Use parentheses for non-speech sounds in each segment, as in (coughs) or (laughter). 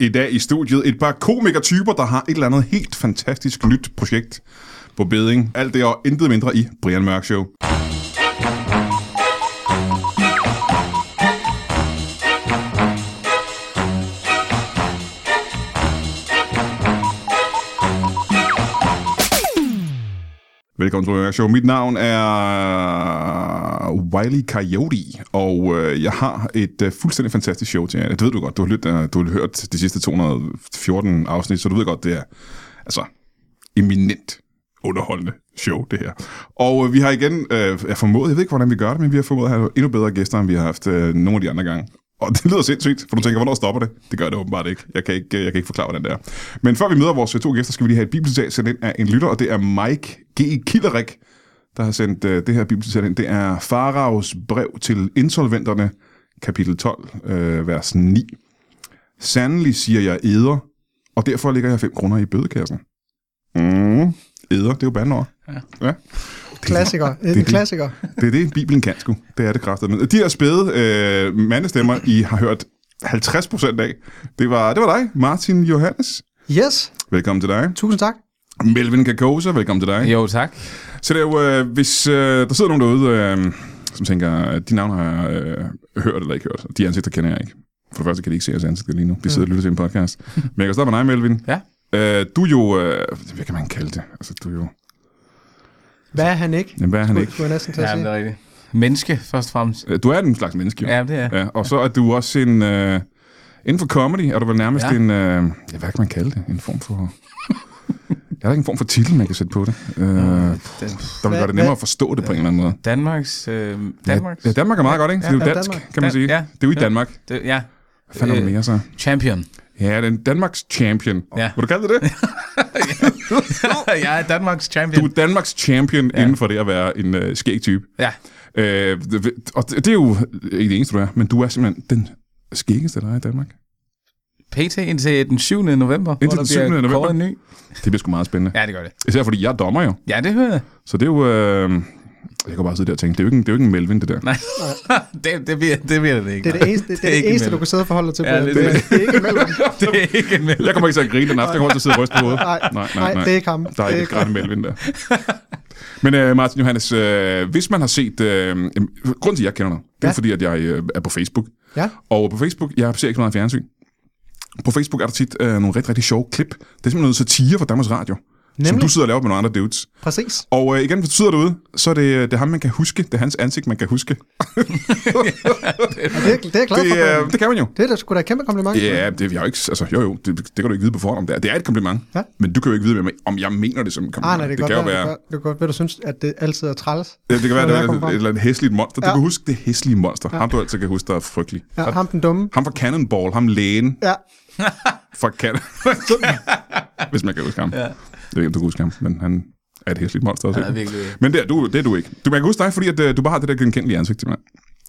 I dag i studiet et par komikertyper, der har et eller andet helt fantastisk nyt projekt på beding. Alt det og intet mindre i Brian Mørk Show. Velkommen til Brian Mørk Show. Mit navn er Wiley Coyote, og øh, jeg har et øh, fuldstændig fantastisk show til jer. Det ved du godt. Du har, lyttet, øh, du har hørt de sidste 214 afsnit, så du ved godt, det er altså eminent underholdende show, det her. Og øh, vi har igen øh, er formået, jeg ved ikke, hvordan vi gør det, men vi har formået at have endnu bedre gæster, end vi har haft øh, nogle af de andre gange. Og det lyder sindssygt, for du tænker, hvornår stopper det? Det gør det åbenbart ikke. Jeg kan ikke, øh, jeg kan ikke forklare, hvordan det er. Men før vi møder vores øh, to gæster, skal vi lige have et bibelcitat sendt ind af en lytter, og det er Mike G. Kilderik, der har sendt øh, det her bibelcitat ind. Det er Faraos brev til insolventerne, kapitel 12, øh, vers 9. Sandelig siger jeg æder, og derfor ligger jeg 5 kroner i bødekassen. Mm. Æder, det er jo bandeord. Ja. ja. Klassiker. Det er det. en klassiker. Det er det, Bibelen kan sgu. Det er det kraftigt. De her spæde øh, mandestemmer, I har hørt 50 procent af, det var, det var dig, Martin Johannes. Yes, Velkommen til dig. tusind tak. Melvin Kakosa, velkommen til dig. Jo, tak. Så det er jo, øh, hvis øh, der sidder nogen derude, øh, som tænker, at de navne har jeg øh, hørt eller ikke hørt. De ansigter kender jeg ikke. For det første kan de ikke se jeres ansigter lige nu. De sidder og lytter til en podcast. Men jeg kan starte med dig, Melvin. Mm. Ja. Øh, du er jo, øh, hvad kan man kalde det? Altså, du er jo, Hvad er han ikke? jamen, hvad er han ikke? Skulle jeg næsten til at Ja, sige. det er rigtigt. Menneske, først og fremmest. Øh, Du er en slags menneske, jo. Ja, det er. Ja, og så er du også en... Øh, inden for comedy er du vel nærmest ja. Ja. en... Øh, ja, hvad kan man kalde det? En form for... Der er ikke en form for titel, man kan sætte på det. Øh, der vil Den, gøre det nemmere at forstå det på en eller anden måde. Danmarks... Øh, Danmarks... Ja, Danmark er meget godt, ikke? For Ja, det er jo ja, dansk, Danmark. kan man Dan- sige. ja. Det er jo i Ja. Danmark. Hvad det, ja. fanden er der Øh, mere så? Champion. Ja, den Danmarks champion. Ja. Vil du kalde (laughs) det det? jeg er Danmarks champion. Du er Danmarks champion ja. Ja. inden for det at være en øh, skæg type. Ja, Øh, det- og det det er jo ikke det eneste, du er, men du er simpelthen den skæggeste, der er i Danmark. PT indtil den 7. november. hvor den der 7. bliver november. kåret en ny. Det bliver sgu meget spændende. Ja, det gør det. Især fordi jeg er dommer jo. Ja, det hører jeg. Så det er jo... Øh, jeg kan bare sidde der og tænke, det er jo ikke en, det er jo ikke en Melvin, det der. Nej, det, det, bliver, det bliver det ikke. Det er det eneste, det, Det er er det ikke eneste du imellem. kan sidde og forholde dig til. Ja, Brian. det er det, det. det er ikke imellem. (laughs) det er ikke (laughs) en Jeg kommer ikke til at grine den aften, jeg kommer til at sidde og ryste på hovedet. Nej, nej, nej, det er ikke ham. Der er Det er ikke et ikke græn Melvin der. Men øh, Martin Johannes, øh, hvis man har set... Øh, øh, grunden til, at jeg kender dig, det er ja. Ja. fordi, at jeg øh, er på Facebook. Ja, Og på Facebook, jeg ser ikke så meget fjernsyn. På Facebook er der tit øh, nogle rigtig, rigtig sjove klip. Det er simpelthen noget satire fra Danmarks Radio. Nemlig? Som Nemlig. du sidder og laver med nogle andre dudes. præcis. Og øh, igen, hvis du sidder derude, så er det, det er ham, man kan huske. Det er hans ansigt, man kan huske. Og det, det er jeg glad for. Det, Brian. øh, det kan man jo. Det er da sgu da et kæmpe kompliment. Ja, det, jeg har jo ikke, altså, jo, jo, det, det, kan du ikke vide på forhånd, om det er. Det er et kompliment, Ja. men du kan jo ikke vide, om jeg- om jeg mener det som et kompliment. Ah, nej, det, er godt, kan jo være, være, det, er godt, det er godt, hvad du synes, at det altid er træls. det, det kan være, Hvor det jeg kom er fra. et eller andet hæsligt monster. Du Ja. kan huske det hæslige monster. Ham, du altid kan huske, der er frygtelig. Ja, ham den dumme. Ham fra Cannonball, ham lægen Ja, fra (laughs) Cannon. Hvis man kan huske ham. Ja. Jeg ved ikke, om du kan huske ham, men han er et hæsligt monster. Også, Ja, virkelig. Men det er, du, det er du ikke. Du, man kan huske dig, fordi at, øh, du bare har det der genkendelige ansigt til mig.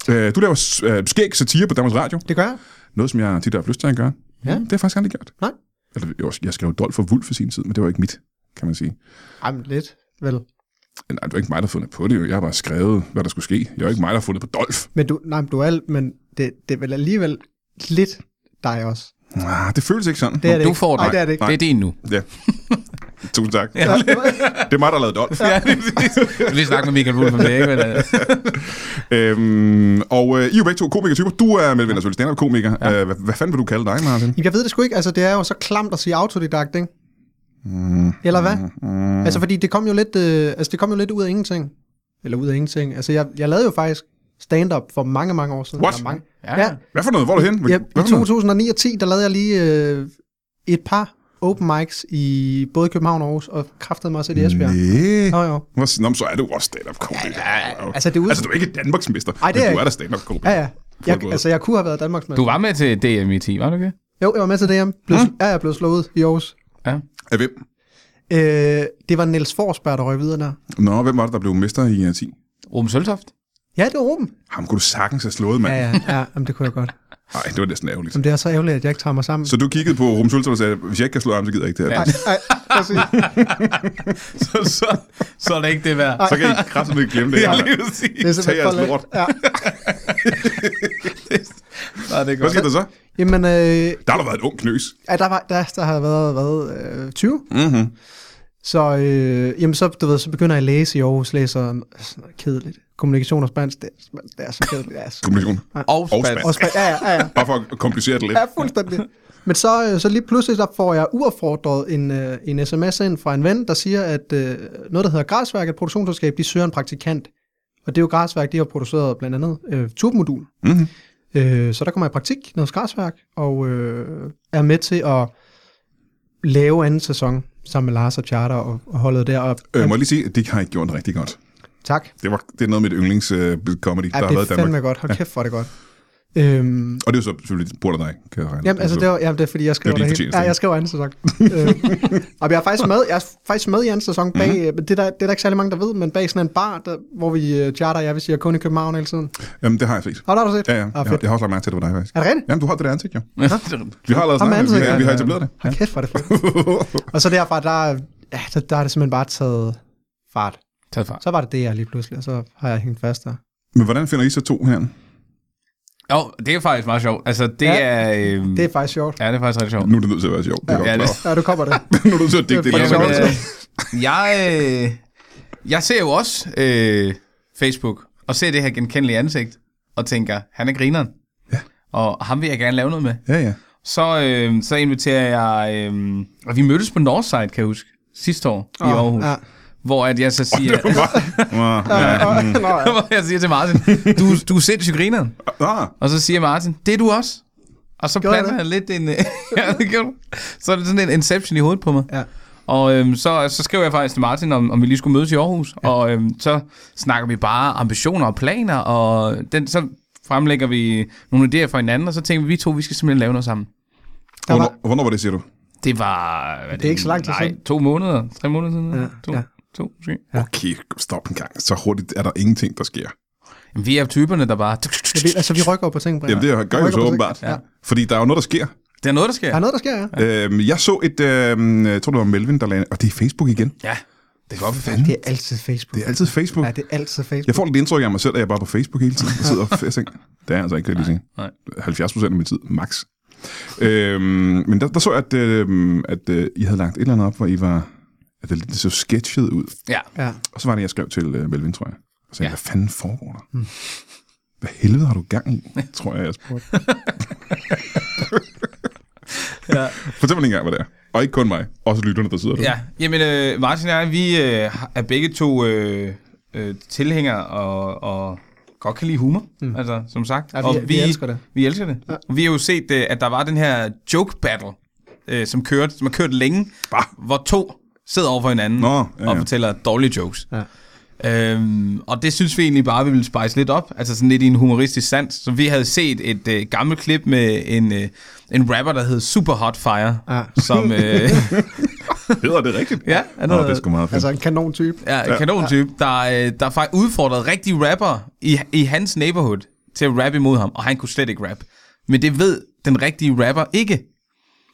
Øh, Du laver s- øh, skæg satire på Danmarks Radio. det gør jeg. Noget, som jeg tit har haft lyst til at gøre. Ja. Det har jeg faktisk aldrig gjort. Nej. Eller, jo, jeg skrev Dolf for Wulf for sin tid, men det var ikke mit, kan man sige. Jamen, lidt. Vel. Nej, det var ikke mig, der har fundet på det. jo. Jeg har bare skrevet, hvad der skulle ske. Jeg er jo ikke mig, der har fundet på Dolf. Men du, nej, men du er alt, men det, det er vel alligevel lidt dig også. Ah, det føles ikke sådan. Det er det Du ikke. får den. Nej, det er det ikke. Det er din nu. (laughs) Ja. Tusind tak. Ja. Det er mig, der har lavet Dolf. Ja. Jeg vil lige snakke med Michael Wolf om det, ikke? Men, øh, Øhm, og øh, I er jo begge to komikertyper. Du er medvinder selvfølgelig stand-up-komiker. Ja. Øh, hvad, hvad fanden vil du kalde dig, Martin? Jamen, Jeg ved det sgu ikke. Altså, det er jo så klamt at sige autodidakt, ikke? Mm. Eller hvad? Mm. Altså, fordi det kom, jo lidt, øh, altså, det kom jo lidt ud af ingenting. Eller ud af ingenting. Altså, jeg, jeg lavede jo faktisk stand-up for mange, mange år siden. What? Eller Mange. Ja. (laughs) ja. Hvad for noget? Hvor er du hen? Hvad, ja hvad I for noget? 2009 og 10, der lavede jeg lige øh, et par open mics i både København og Aarhus, og kræftede mig også et i Esbjerg. Næh. Nå, jo. Hvor- Nå, men så er du også stand-up-komiker. Ja, altså, det er ud- altså, du er ikke Danmarksmester, Ej, det er men du jeg er ikke. da stand-up-komiker. Ja, ja. Jeg, Fodbold. altså, jeg kunne have været Danmarks Du var med til DM i 10, var du ikke? Jo, jeg var med til det, jeg blev, Hm? ja, jeg blev slået ud i Aarhus. Ja. Af hvem? Øh, det var Niels Forsberg, der røg videre der. Nå, hvem var det, der blev mester i øh, 10? Ruben (laughs) Søltoft? Ja, det var Ruben. Ham kunne du sagtens have slået, mand. Ja, Nej, ja, ja jamen, det kunne jeg godt. ja, ja. det var næsten ærgerligt. Jamen, det er så ærgerligt, at jeg ikke tager mig sammen. Så du kiggede på Rum Søltoft og sagde, hvis jeg ikke kan slå ham, så gider jeg ikke det her. Nej, nej, præcis. så, så, så er det ikke det værd. (laughs) Så kan I kraftigt ikke glemme det. Jeg her, mand. lige vil sige. Det er Tag simpelthen jeres for let. lort. Ja. Nej, det er Hvad godt. skete der så? Jamen, øh, Der har du været et ung knøs. ja, der, var, der, der har været, været øh, 20. Mm-hmm. Så, øh, jamen, så, du ved, så begynder jeg at læse i Aarhus, læser sådan noget kedeligt. Kommunikation og spansk, det, er- det er så kedeligt. Det er så... Kommunikation. Og spansk. spansk. Og spansk, ja, ja, ja, ja. Bare for at komplicere det lidt. (laughs) Ja, fuldstændig. Men så, øh, så lige pludselig så får jeg uaffordret en, øh, en sms ind fra en ven, der siger, at øh, noget, der hedder Græsværk, et produktionsselskab, de søger en praktikant. Og det er jo Græsværk, de har produceret blandt andet øh, turbmodul. Mm-hmm. Øh, så der kommer jeg i praktik nede hos Græsværk, og øh, er med til at lave anden sæson sammen med Lars og Charter og, og holdet der. Og, Øh, må jeg lige sige, at det har I gjort rigtig godt. tak. Det, var, det er noget af mit yndlings øh, comedy, Ja, der har det været i er Danmark. fandme godt. Hold kæft, hvor er det godt. Øhm, Og det er jo så selvfølgelig på dig, kan jeg regne. Jamen, altså, det, var, jamen, det er fordi, jeg skriver Det er det, din det hele. fortjeneste, Ja, ikke? jeg skriver anden sæson. øh, og jeg er faktisk med, jeg er faktisk med i anden sæson bag, Mhm. mm-hmm. det, er der, det er der ikke særlig mange, der ved, men bag sådan en bar, der, hvor vi øh, charter, jeg vil sige, er kun i København hele tiden. Jamen, det har jeg set. Og der har du set. Ja, ja. Ah, Jeg, har, fedt. jeg har også lagt mærke til, at det var dig, faktisk. Er det rigtigt? Jamen, du har det der ansigt, jo. Nå, Vi har allerede Ham med snakket, vi, ansigt, har- vi har ja. etableret det. Hold kæft, hvor er det (laughs) fedt. og så derfra, der, ja, der, der er det simpelthen bare taget fart. (laughs) Tag far. Så var det det, jeg lige pludselig, og så har jeg hængt fast der. Men hvordan finder I så to her? Jo, det er faktisk meget sjovt. Altså, det Ja, er... Øhm, Det er faktisk sjovt. Ja, det er faktisk ret sjovt. Nu er det nødt til at være sjovt. Det er Ja, ja, det- godt Ja, du kommer det. (laughs) Nu er du nødt til at digte det. Det er lidt op. Jamen, sjovt. øh, jeg, øh, jeg ser jo også øh, Facebook, og ser det her genkendelige ansigt, og tænker, han er grineren. Ja. Og ham vil jeg gerne lave noget med. Ja, ja. Så, øh, så inviterer jeg... Øh, og vi mødtes på Northside, kan jeg huske, sidste år i Aarhus. Ja. Hvor at jeg så siger... Wow. Ja. Mm. Åh, nå, ja. (laughs) hvor jeg siger til Martin, du, du er sindssygt grineren. Ah, Og så siger Martin, det er du også. Og så Gjorde jeg planter det? han lidt en... (laughs) øh, ja, det gjorde du. så er det sådan en inception i hovedet på mig. Ja. Og øhm, så, så skrev jeg faktisk til Martin, om, om vi lige skulle mødes i Aarhus. Ja. Og øhm, så snakker vi bare ambitioner og planer, og den, så fremlægger vi nogle idéer for hinanden, og så tænker vi, vi to, vi skal simpelthen lave noget sammen. Der hvornår, var, hvornår var det, siger du? Det var... hvad Er det, ikke så lang tid Nej, siden. to måneder, tre måneder siden. Ja, to, ja. to måske. Okay, stop en gang. Så hurtigt er der ingenting, der sker. Jamen, vi er typerne, der bare... Ja, vi- altså, vi rykker op på ting, Brian. Jamen, det gør jo Rykker så på ting. åbenbart. Ja. Fordi der er jo noget, der sker. Der er noget, der sker. Der er noget, der sker, ja. Øhm, jeg så et, øhm, jeg tror det var Melvin, der lagde, og det er Facebook igen. Ja, det kan godt være Det er altid Facebook. Det er altid Uh. Facebook. Ja, det er altid Facebook. Jeg får lidt indtryk af mig selv, at jeg bare er på Facebook hele tiden. Jeg sidder og jeg (laughs) tænker, det er jeg altså ikke, kan jeg lige nej. sige. 70 procent af min tid, max. Øhm, men der, der så jeg, at, øhm, at øh, I havde lagt et eller andet op, hvor I var... At det, det så sketchet ud. Ja, Ja. Og så var det, jeg skrev til øh, Melvin, tror jeg. Og sagde, Ja. Hmm. ja. hvad fanden foregår der? Mm. Hvad helvede har du gang (laughs) i? Tror jeg, jeg spurgte. Ja. Fortæl mig lige engang, hvad det er. Og ikke kun mig. Også lytterne, der sidder der. ja. Jamen, øh, Martin og jeg, vi øh, er begge to øh, øh, tilhængere og, og godt kan lide humor, mm. altså, som sagt. Ja, vi- og vi elsker det. Vi elsker det. Ja. Og vi har jo set, øh, at der var den her joke battle, øh, som, kørte, som har kørt længe, Bah. hvor to sidder over for hinanden Nå, ja, ja. og fortæller dårlige jokes. Ja. Øhm, og det synes vi egentlig bare, vi ville spice lidt op. Altså sådan lidt i en humoristisk sans. Så vi havde set et øh, gammelt klip med en, øh, en rapper, der hed Super Hot Fire. Ja. Som, (laughs) øh, Hedder det rigtigt? Ja, er er noget- noget... Nå, det er sgu meget fedt. Altså en kanon type. Ja, kanontype, der, øh, der faktisk udfordrede rigtige rapper i, i hans neighborhood til at rappe imod ham, og han kunne slet ikke rap. Men det ved den rigtige rapper ikke.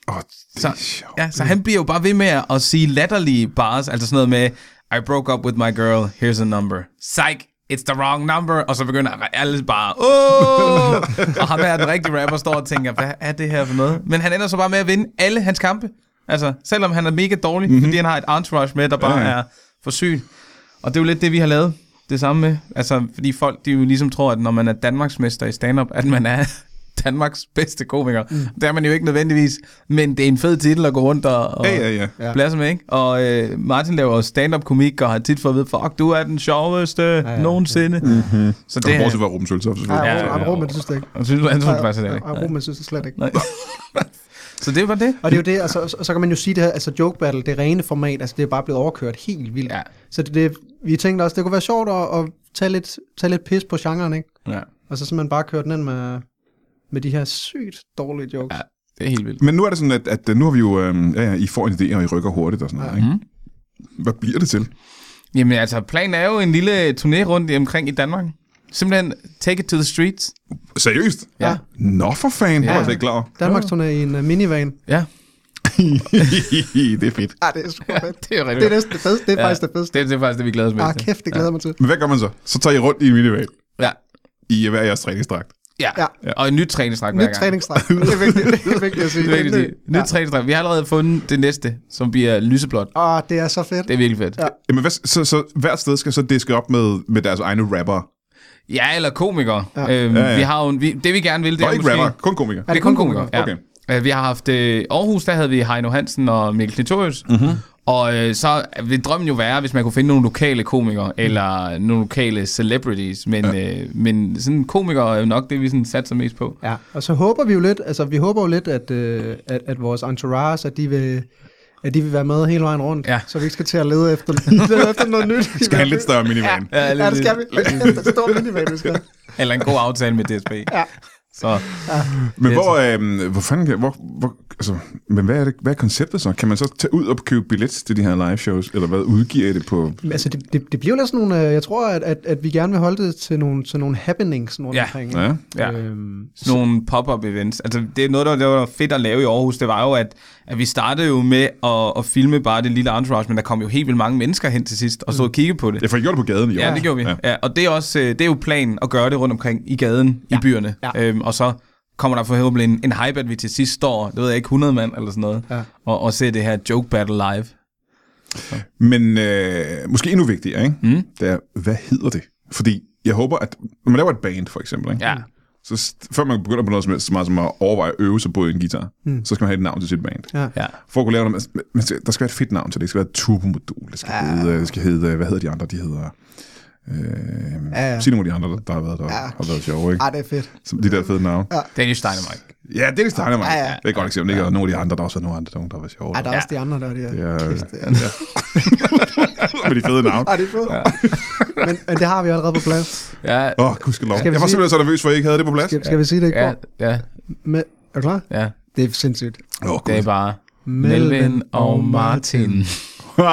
Åh, det er Så, sjovt. ja, så han bliver jo bare ved med at sige latterlige bars, altså sådan noget med, I broke up with my girl, here's a number. Psych, it's the wrong number. Og så begynder alle bare, åh! og ham her, den rigtige rapper, står og tænker, hvad er det her for noget? Men han ender så bare med at vinde alle hans kampe. Altså, selvom han er mega dårlig, mm-hmm. fordi han har et entourage med, der bare Mhm. Ja, ja, ja. ja. er for syg. Og det er jo lidt det, vi har lavet det samme med. Altså, fordi folk, de jo ligesom tror, at når man er Danmarksmester i stand-up, at man er (laughs) Danmarks bedste komiker. Mm. Det er man jo ikke nødvendigvis, men det er en fed titel at gå rundt og, og Ja, ja, ja. Ja. blæse med, ikke? Og øh, Martin laver jo stand-up-komik, og har tit fået at vide, fuck, du er den sjoveste ja, ja, ja. nogensinde. Mm-hmm. Så Det er... det Bortset er... fra Ruben Søltoft, Ej, selvfølgelig. Ja, ja, ja, ja. ja, Roman synes det ikke. Jeg synes, han synes faktisk, det er Ej, ikke. Ej, Roman synes det slet ikke. Nej. (laughs) Så det var det. Og det er jo det, altså, så, så kan man jo sige det her, altså joke battle, det rene format, altså det er bare blevet overkørt helt vildt. Ja. Så det, det, vi tænkte også, det kunne være sjovt at, at tage, lidt, tage lidt pis på genren, ikke? Ja, Og så simpelthen bare køre den ind med, med de her sygt dårlige jokes. ja det er helt vildt. Men nu er det sådan, at, at nu har vi jo... Øhm, ja, ja, I får en idé, og I rykker hurtigt og sådan noget. Ikke? Mhm. Hvad bliver det til? Jamen altså, planen er jo en lille turné rundt i- omkring i Danmark. Simpelthen, take it to the streets. Seriøst? Ja. Nå for fanden, ja. det var jeg Ja. slet ikke klar over. (laughs) Danmarks turné i en uh, minivan. Ja, det er fedt. Ja, det er super fedt. (laughs) det er det jo rigtig er næsten det fedeste, det er Ja. ja. faktisk det fedeste. Det, det er faktisk det, vi glæder os mest Ah, til. kæft, det glæder jeg mig til. Men hvad gør man så? Så tager I rundt i minivan Ja. i hver jeres træningsdragt. Ja. Ja. ja. Og en nyt træningsdragt hver Nyt gang. (laughs) træningsdrag. Det er vigtigt, det er vigtigt at sige. Det er vigtigt at sige. Nyt Ja. træningsdragt. Vi har allerede fundet det næste, som bliver lyseblåt. Åh, Ah, det er så fedt. Det er virkelig fedt. Ja. Ja, Jamen, hvad, så, så hvert sted skal så diske op med, med deres egne rapper. ja eller komikere. Ja. Ja. Øhm, Ja, ja. Vi har jo en, vi, det vi gerne vil, det Nå, er ikke måske... rapper, kun komikere. Ja, det er kun komikere. Ja. Okay. Okay. Vi har haft øh, Aarhus, der havde vi Heino Hansen og Mikkel Knitorius. Mm-hmm. Og øh, så vil drømmen jo være, hvis man kunne finde nogle lokale Mm. komikere, eller nogle lokale celebrities. Men, ja. øh, men sådan komikere er jo nok det, vi sådan satser mest på. Ja, og så håber vi jo lidt, altså vi håber jo lidt, at, øh, at, at vores entourage, at de vil at de vil være med hele vejen rundt, Ja. så vi ikke skal til at lede efter, (laughs) lede efter noget nyt. Vi Skal have en lidt større minivan. Ja, Ja, det skal vi. Det (laughs) skal en stor minivan, vi skal. Eller en god aftale med DSB. Ja. Så Men hvor, øh, hvor fanden kan, hvor, hvor, altså, men hvad er, det, hvad er konceptet så? Kan man så tage ud og købe billet til de her live shows, eller hvad udgiver I det på? Altså, det, det, det bliver jo lidt sådan nogle, øh, jeg tror, at, at, at vi gerne vil holde det til nogle, til nogle happenings rundt Ja. omkring. Ja. Ja. Øhm, sådan nogle pop-up events. Altså, det er noget, der, der var fedt at lave i Aarhus. Det var jo, at, at vi startede jo med at, at filme bare det lille entourage, men der kom jo helt vildt mange mennesker hen til sidst og stod og kiggede på Mm. det. Ja, for I gjorde det på gaden i år. Ja, det gjorde vi. Ja. Ja. Ja, og det er, også, øh, det er jo planen at gøre det rundt omkring i gaden, ja. i byerne. Ja. Øhm, og så kommer der forhåbentlig en, en hype, at vi til sidst står, det ved jeg ikke, 100 mand eller sådan noget, Ja. og, og ser det her joke battle live. Men øh, måske endnu vigtigere, ikke? Mm. det er, hvad hedder det? Fordi jeg håber, at når man laver et band, for eksempel, ikke? Ja. så st- før man begynder på noget som helst, så meget som at overveje at øve sig på en guitar, mm. så skal man have et navn til sit band. Ja. Ja. For at kunne lave noget, man- man skal- der skal være et fedt navn til det. Det skal være et turbomodul. Det skal, ja. hedde, det skal hedde, hvad hedder de andre? De hedder... Øh, Ja, ja, ja. ja. Sig nogle af de andre, der, der har været der ja. har været sjove, ikke? Ej, det er fedt. Som de der fede navne. Ja, Daniel Steinemark. ja det er det starter mig. Ja, Ja, ja. ja. Det er et godt eksempel, ikke? Og nogle af de andre, der også er nogle andre, der har været sjove. Ej, Ja, der er også de andre, der er det her. ja, Kæft, det er- ja. (laughs) Med de fede navne. Ej, det er fedt. Ja. men, men det har vi allerede på plads. Ja, Åh, oh, gudskelov. Skal vi Jeg var sige- simpelthen så nervøs for, at I ikke havde det på plads. Skal, skal vi sige det i går? ja, ja, Med, er du klar? ja. Det er sindssygt. Åh, oh, Det er gud. bare Melvin og Martin. (laughs)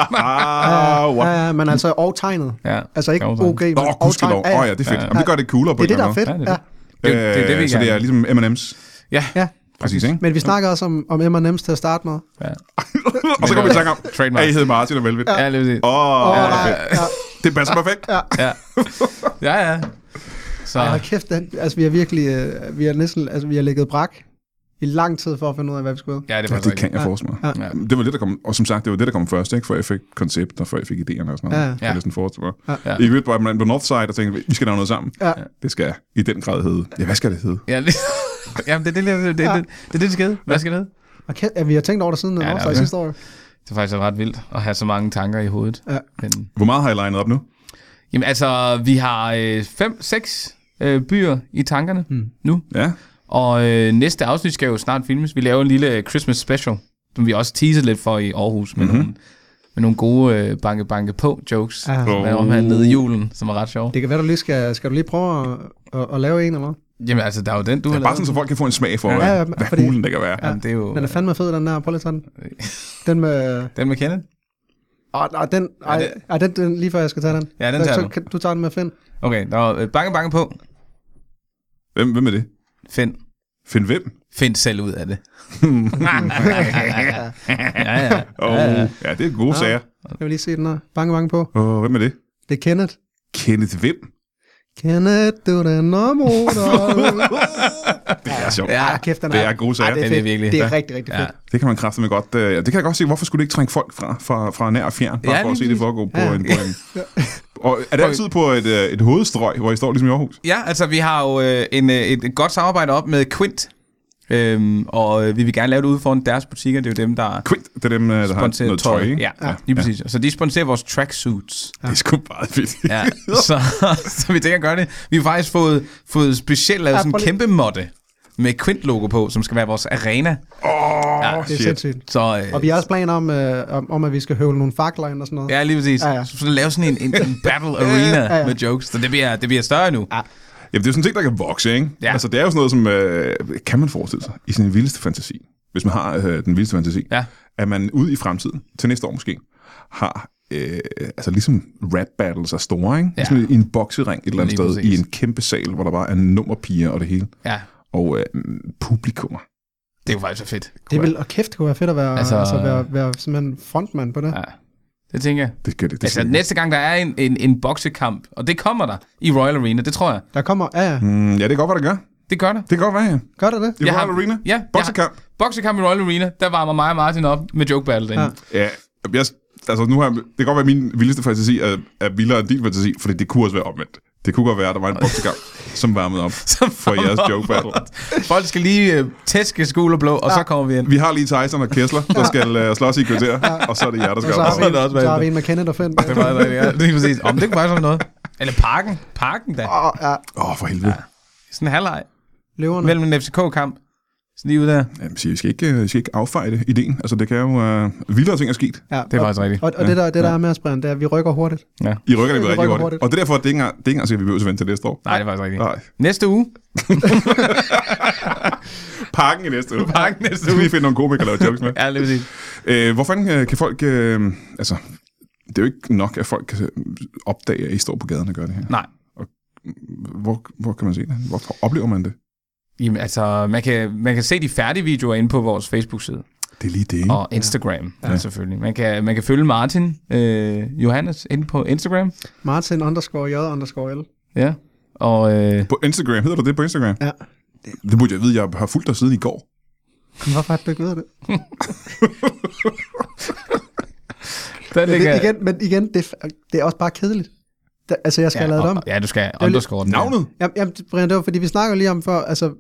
Ah, What? Ja, ja, Ah, men altså, og tegnet. Ja. Altså ikke Overtegnet. OG, men Åh, gudskelov. overtegnet. Åh ja, det er fedt. Jamen, det gør det coolere på Det er en det, eller der er anden fedt. Ja, det er Ja. det. Det- det er det, vi måde. Øh, Så det gerne er vil. ligesom M&M's. Ja. ja. Præcis, (laughs) ikke? Men vi snakker også om, om M&M's til at starte med. ja. og så Men- kommer vi i tanke om, Trademark. at I hedder Martin og Melvin. Åh, Ja, lige præcis. oh, Åh, ja, nej. Ja. det passer perfekt. Ja. Ja. Ja, ja. Så Ej, hold kæft, den, altså vi har virkelig, øh, vi har næsten, altså vi har ligget brak i lang tid for at finde ud af, hvad vi skulle. ja, det Ja, var det kan jeg forestille mig. Ja. Det var det, der kom, og som sagt, det var det, der kom først, ikke? før jeg fik koncept, og før jeg fik idéerne og sådan noget. Ja. Ja. Jeg Ja. næsten forestille mig. Ja. Ja. I ved bare, man på Northside og tænkte, vi skal lave noget sammen. Ja. Det skal i den grad hedde. Ja, hvad skal det hedde? Ja, det, (laughs) jamen, det er det, det, det, det, det, det, er det, det skal hedde. Hvad skal det hedde? Og kæft, ja, vi har tænkt over det siden ja, Ja, også, det er og det. sidste år. Det er faktisk ret vildt at have så mange tanker i hovedet. Ja. Men, Hvor meget har I legnet op nu? jamen altså, vi har øh, fem, seks øh, byer i tankerne mm. nu. Ja. Og øh, næste afsnit skal jo snart filmes. Vi laver en lille Christmas special, som vi også teasede lidt for i Aarhus med, mm-hmm. nogle, med nogle gode øh, banke-banke-på-jokes. Ja. Ja. Oh. Hvad omhandlede julen, som var ret sjov. Det kan være, du lige skal, skal du lige prøve at, at, at lave en eller noget? Jamen altså, der er jo den, du har Ja, bare sådan, lavet. så folk kan få en smag for, Ja, ja, ja, ja, men- hvad fordi- fordi... hulen det kan være. Ja. Jamen, det er jo Den er fandme fed, den der. Prøv lige at tage den. Den med... den med Kenneth. Åh, nej, den, ej, Ja, ej, den, den, lige før jeg skal tage den. Ja, den Så- tager så, du. kan, du tager den med Finn. Okay, der var øh, banke-banke på. Hvem, hvem er det? Find. Find (laughs) hvem? Find selv ud af det. ja, ja. Og, ja, ja. ja, det er gode ja. sager. Jeg vil lige se den her. Bange, bange på. Og, hvem er det? Det er Kenneth. Kenneth Vim. Kenneth, du er den (laughs) områder. Det er sjovt. (laughs) Ja, Ja. ah, kæft, den er. Det er gode sager. Ej, det er, Ja, det er fedt. virkelig. Det er Ja. rigtig, rigtig fedt. Det kan man kraftedeme godt. Øh, det kan jeg godt se. Hvorfor skulle det ikke trænge folk fra, fra, fra nær og fjern? Bare Ja, ja, for at lige se det præcis. foregå på Ja. ja. en... På en og er det altid på et, øh, et hovedstrøg, hvor I står ligesom i Aarhus? Ja, altså vi har jo øh, en, øh, et, et godt samarbejde op med Quint, øhm, og øh, vi vil gerne lave det ude foran deres butikker. Det er jo dem, der Quint, det er dem, øh, der har sponsorer noget tøj, ikke? Ja, ja, lige præcis. Så de sponsorer vores tracksuits. Det er sgu bare fedt. (laughs) Ja, så, (laughs) så vi tænker at gøre det. Vi har faktisk fået, fået specielt lavet Ja, sådan prøv en lige- kæmpe måtte med Quint-logo på, som skal være vores arena. Åh, Ja, ja, Det er shit. sindssygt. Så, øh, Og vi har også planer om, øh, om, om at vi skal høvle nogle fakler ind og sådan noget. Ja, lige præcis. Ja, Ja, ja. ja. Så sådan lave sådan en, en, en battle arena ja, ja. ja. med jokes. Så det bliver, det bliver større nu. Ja. Jamen, det er jo sådan en ting, der kan vokse, ikke? Ja. Altså, det er jo sådan noget, som øh, kan man forestille sig i sin vildeste fantasi, hvis man har øh, den vildeste fantasi, Ja. at man ude i fremtiden, til næste år måske, har øh, altså ligesom rap battles er store, ikke? Ja. Ligesom i en boksering et eller andet Lige sted, præcis. i en kæmpe sal, hvor der bare er nummerpiger og det hele, ja. og øh, publikummer. Det er jo faktisk så fedt. Det vil, og kæft, det kunne være fedt at være, altså, Altså- altså være, være simpelthen frontmand på det. Ja. Det tænker jeg. Det skal det. det Altså, skal det. næste gang der er en, en, en boksekamp, og det kommer der i Royal Arena, det tror jeg. Der kommer, ja, ja. Mm, ja, det er godt, hvad der gør. Det gør der. Det kan godt være, ja. Gør det det? I Royal Arena? Ja. Boksekamp? Jeg har, boksekamp i Royal Arena, der varmer mig og Martin op med joke battle derinde. Ja. Ja, jeg, altså nu har jeg, det kan godt være, at min vildeste fantasi er, er vildere end din fantasi, fordi det kunne også være omvendt. Det kunne godt være, at der var en boksekamp, (laughs) som varmede op (laughs) for jeres joke battle. Folk skal lige øh, tæske skuld og blå, og så kommer vi ind. Vi har lige Tyson og Kessler, der skal uh, slås i et kvarter, og så er det jer, der skal Så op. har, også- vi, der også en, været så har det. vi en med Kenneth og Fendt. Det var det, ja. (laughs) Lige præcis. Om det kunne faktisk være noget. Eller parken. Parken da. Åh, ja. Åh, oh, for helvede. Sådan en halvleg Løverne. mellem en FCK-kamp. Sådan lige ud der. Jamen, siger, vi, skal ikke, øh, vi skal ikke affejde ideen. Altså, det kan jo... Uh, vildere ting er sket. Ja. Det er og, faktisk rigtigt. og, og det, der, det, der er med os, Brian, det er, at vi rykker hurtigt. Ja. I rykker det Vi ved rigtig rykker hurtigt. hurtigt. Og det er derfor, at det ikke engang, det er ikke engang skal vi behøver at vente til næste år. Nej, det er faktisk rigtigt. Nej. Næste uge. Parken i næste uge. Parken næste Så kan vi finde nogle komikere, der laver jokes med. Ja, lige præcis. Øh, hvor fanden øh, kan folk... Øh, altså, det er jo ikke nok, at folk kan øh, opdage, at I står på gaden og gør det her. Nej. Hvor, hvor kan man se det? Hvor oplever man det? Jamen, altså, man kan, man kan se de færdige videoer inde på vores Facebook-side. Det er lige det, ikke? Og Instagram, ja. Ja, selvfølgelig. Man kan, man kan følge Martin øh, Johannes inde på Instagram. Martin underscore J underscore L. Ja. Og øh, På Instagram. Hedder du det på Instagram? Ja. Det burde jeg vide. Jeg har fulgt dig siden i går. Hvorfor har du ikke ved det? der Men, ligger... det igen, men igen, det, er f- det er også bare kedeligt. Da, altså, jeg skal ja, have lavet det om. og, ja, du skal underscore den. Navnet? Jamen, jamen, Brian, det var fordi, vi snakker lige om før, altså,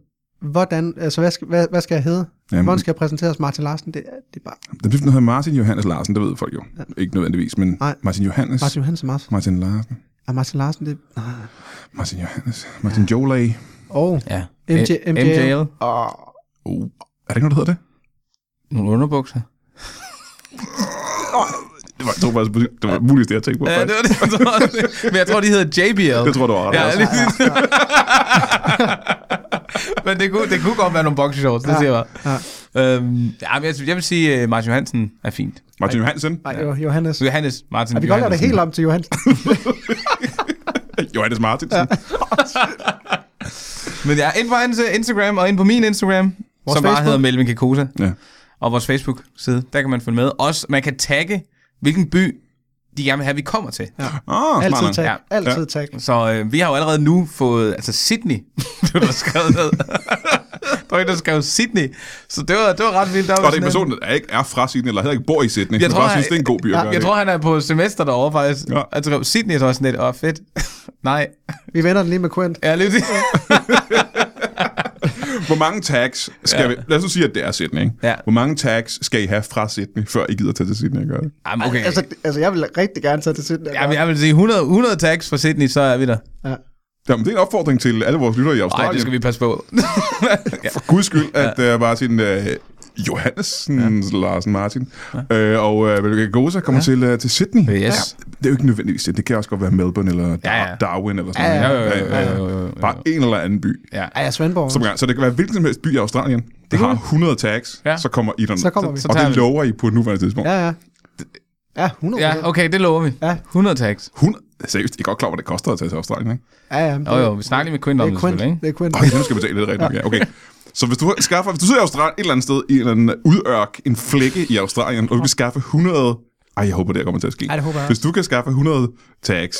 hvordan, altså, hvad skal, hvad, hvad skal jeg hedde? Jamen. Jamen. Hvordan skal jeg præsenteres Martin Larsen? Det, er- det er bare Den blev hedder Martin Johannes Larsen, det ved folk jo. Ja. Ikke nødvendigvis, men Nej. Martin Johannes. Martin Johansen Martin. Martin Larsen. Er Martin Larsen, det... Nej. Martin Johannes. Martin ja. Jolay. Åh, oh, Ja. MJ Øh, MJL. Oh. Er det ikke noget, der hedder det? Nogle underbukser. Det var, jeg tror faktisk, det var muligvis det, jeg tænkte på. Ja, det faktisk. var det, jeg tror også. (laughs) Men jeg tror, de hedder JBL. Det tror du var ret. Ja, altså. lige præcis. (laughs) Men det kunne, det kunne godt være nogle boxershorts, det Ja, siger jeg. ja. Øhm, ja, men jeg, jeg vil sige, at Martin Johansen er fint. Martin Johansen. nej, jo, Johannes. Så Johannes Martin Ja, vi kan godt lave det helt om til Johansen. Johannes Martinsen. Ja. Men ja, ind på hans øh, Instagram og ind på min Instagram, vores som bare Facebook. hedder Melvin Kakosa. ja. Og vores Facebook-side, der kan man følge med. Også, man kan tagge, hvilken by de gerne vil have, vi kommer til. Oh, Altid tak. Ja. Altid tak. Så øh, vi har jo allerede nu fået, altså Sydney, (laughs) det var der skrevet ned. der var en, der skrev Sydney. Så det var, det var ret vildt. Der var Og det er sådan en person, der ikke er fra Sydney, eller heller ikke bor i Sydney. Jeg tror, tror, bare jeg- synes, det er en god by at Jeg gøre det. tror, han er på semester derovre faktisk. Ja. Ja. Jeg tror, Sydney er så også sådan lidt, åh fedt. (laughs) Nej, Vi vender den lige med Quint. jeg er lidt... Hvor mange tags skal ja. Ja. vi... Lad os nu sige, at det er Sydney, ikke? Ja. Hvor mange tags skal I have fra Sydney, før I gider tage til Sydney og gøre det? Jamen, okay. Altså, Altså, det- altså, jeg vil rigtig gerne tage til Sydney. og Jamen, gøre jeg vil sige 100, 100 tags fra Sydney, så er vi der. det. Ja. Jamen, det er en opfordring til alle vores lyttere i Nej, Australien. det skal vi (laughs) passe på. ja. For guds skyld, at ja. uh, Martin uh, Johannesen, ja. Larsen Martin, ja. uh, og uh, Velge Gosa kommer ja. til, uh, til Sydney. Yes. Ja. Det er jo ikke nødvendigvis det. Det kan også godt være Melbourne eller Dar- Ja, ja. Darwin eller sådan Ja, noget. Jo, jo, jo, jo, jo, jo, jo. Bare en eller anden by. Ja. Ej, jeg er Svendborg. Som gang. Så det kan være hvilken som helst by i Australien, der har 100 tags, ja. Ja. så kommer I derned. Så kommer vi. Og tager det vi. lover I på nuværende tidspunkt. Ja, ja. Ja, 100 Ja, okay, det lover vi. Ja. 100 tags. 100, seriøst, I er godt klar, over, hvad det koster at tage til Australien, ikke? Ja, ja. men Jo, jo, vi snakker lige med Quint Det om er det Quint. selvfølgelig, ikke? Det er Quint. Øj, nu skal jeg betale det rigtigt nok, ja. Okay. Så hvis du, skaffer, hvis du sidder i Australien et eller andet sted, i en eller anden udørk, en flække i Australien, og du kan skaffe 100... Ej, jeg håber, det her kommer til at ske. Ej, det håber jeg Hvis du kan skaffe 100 tags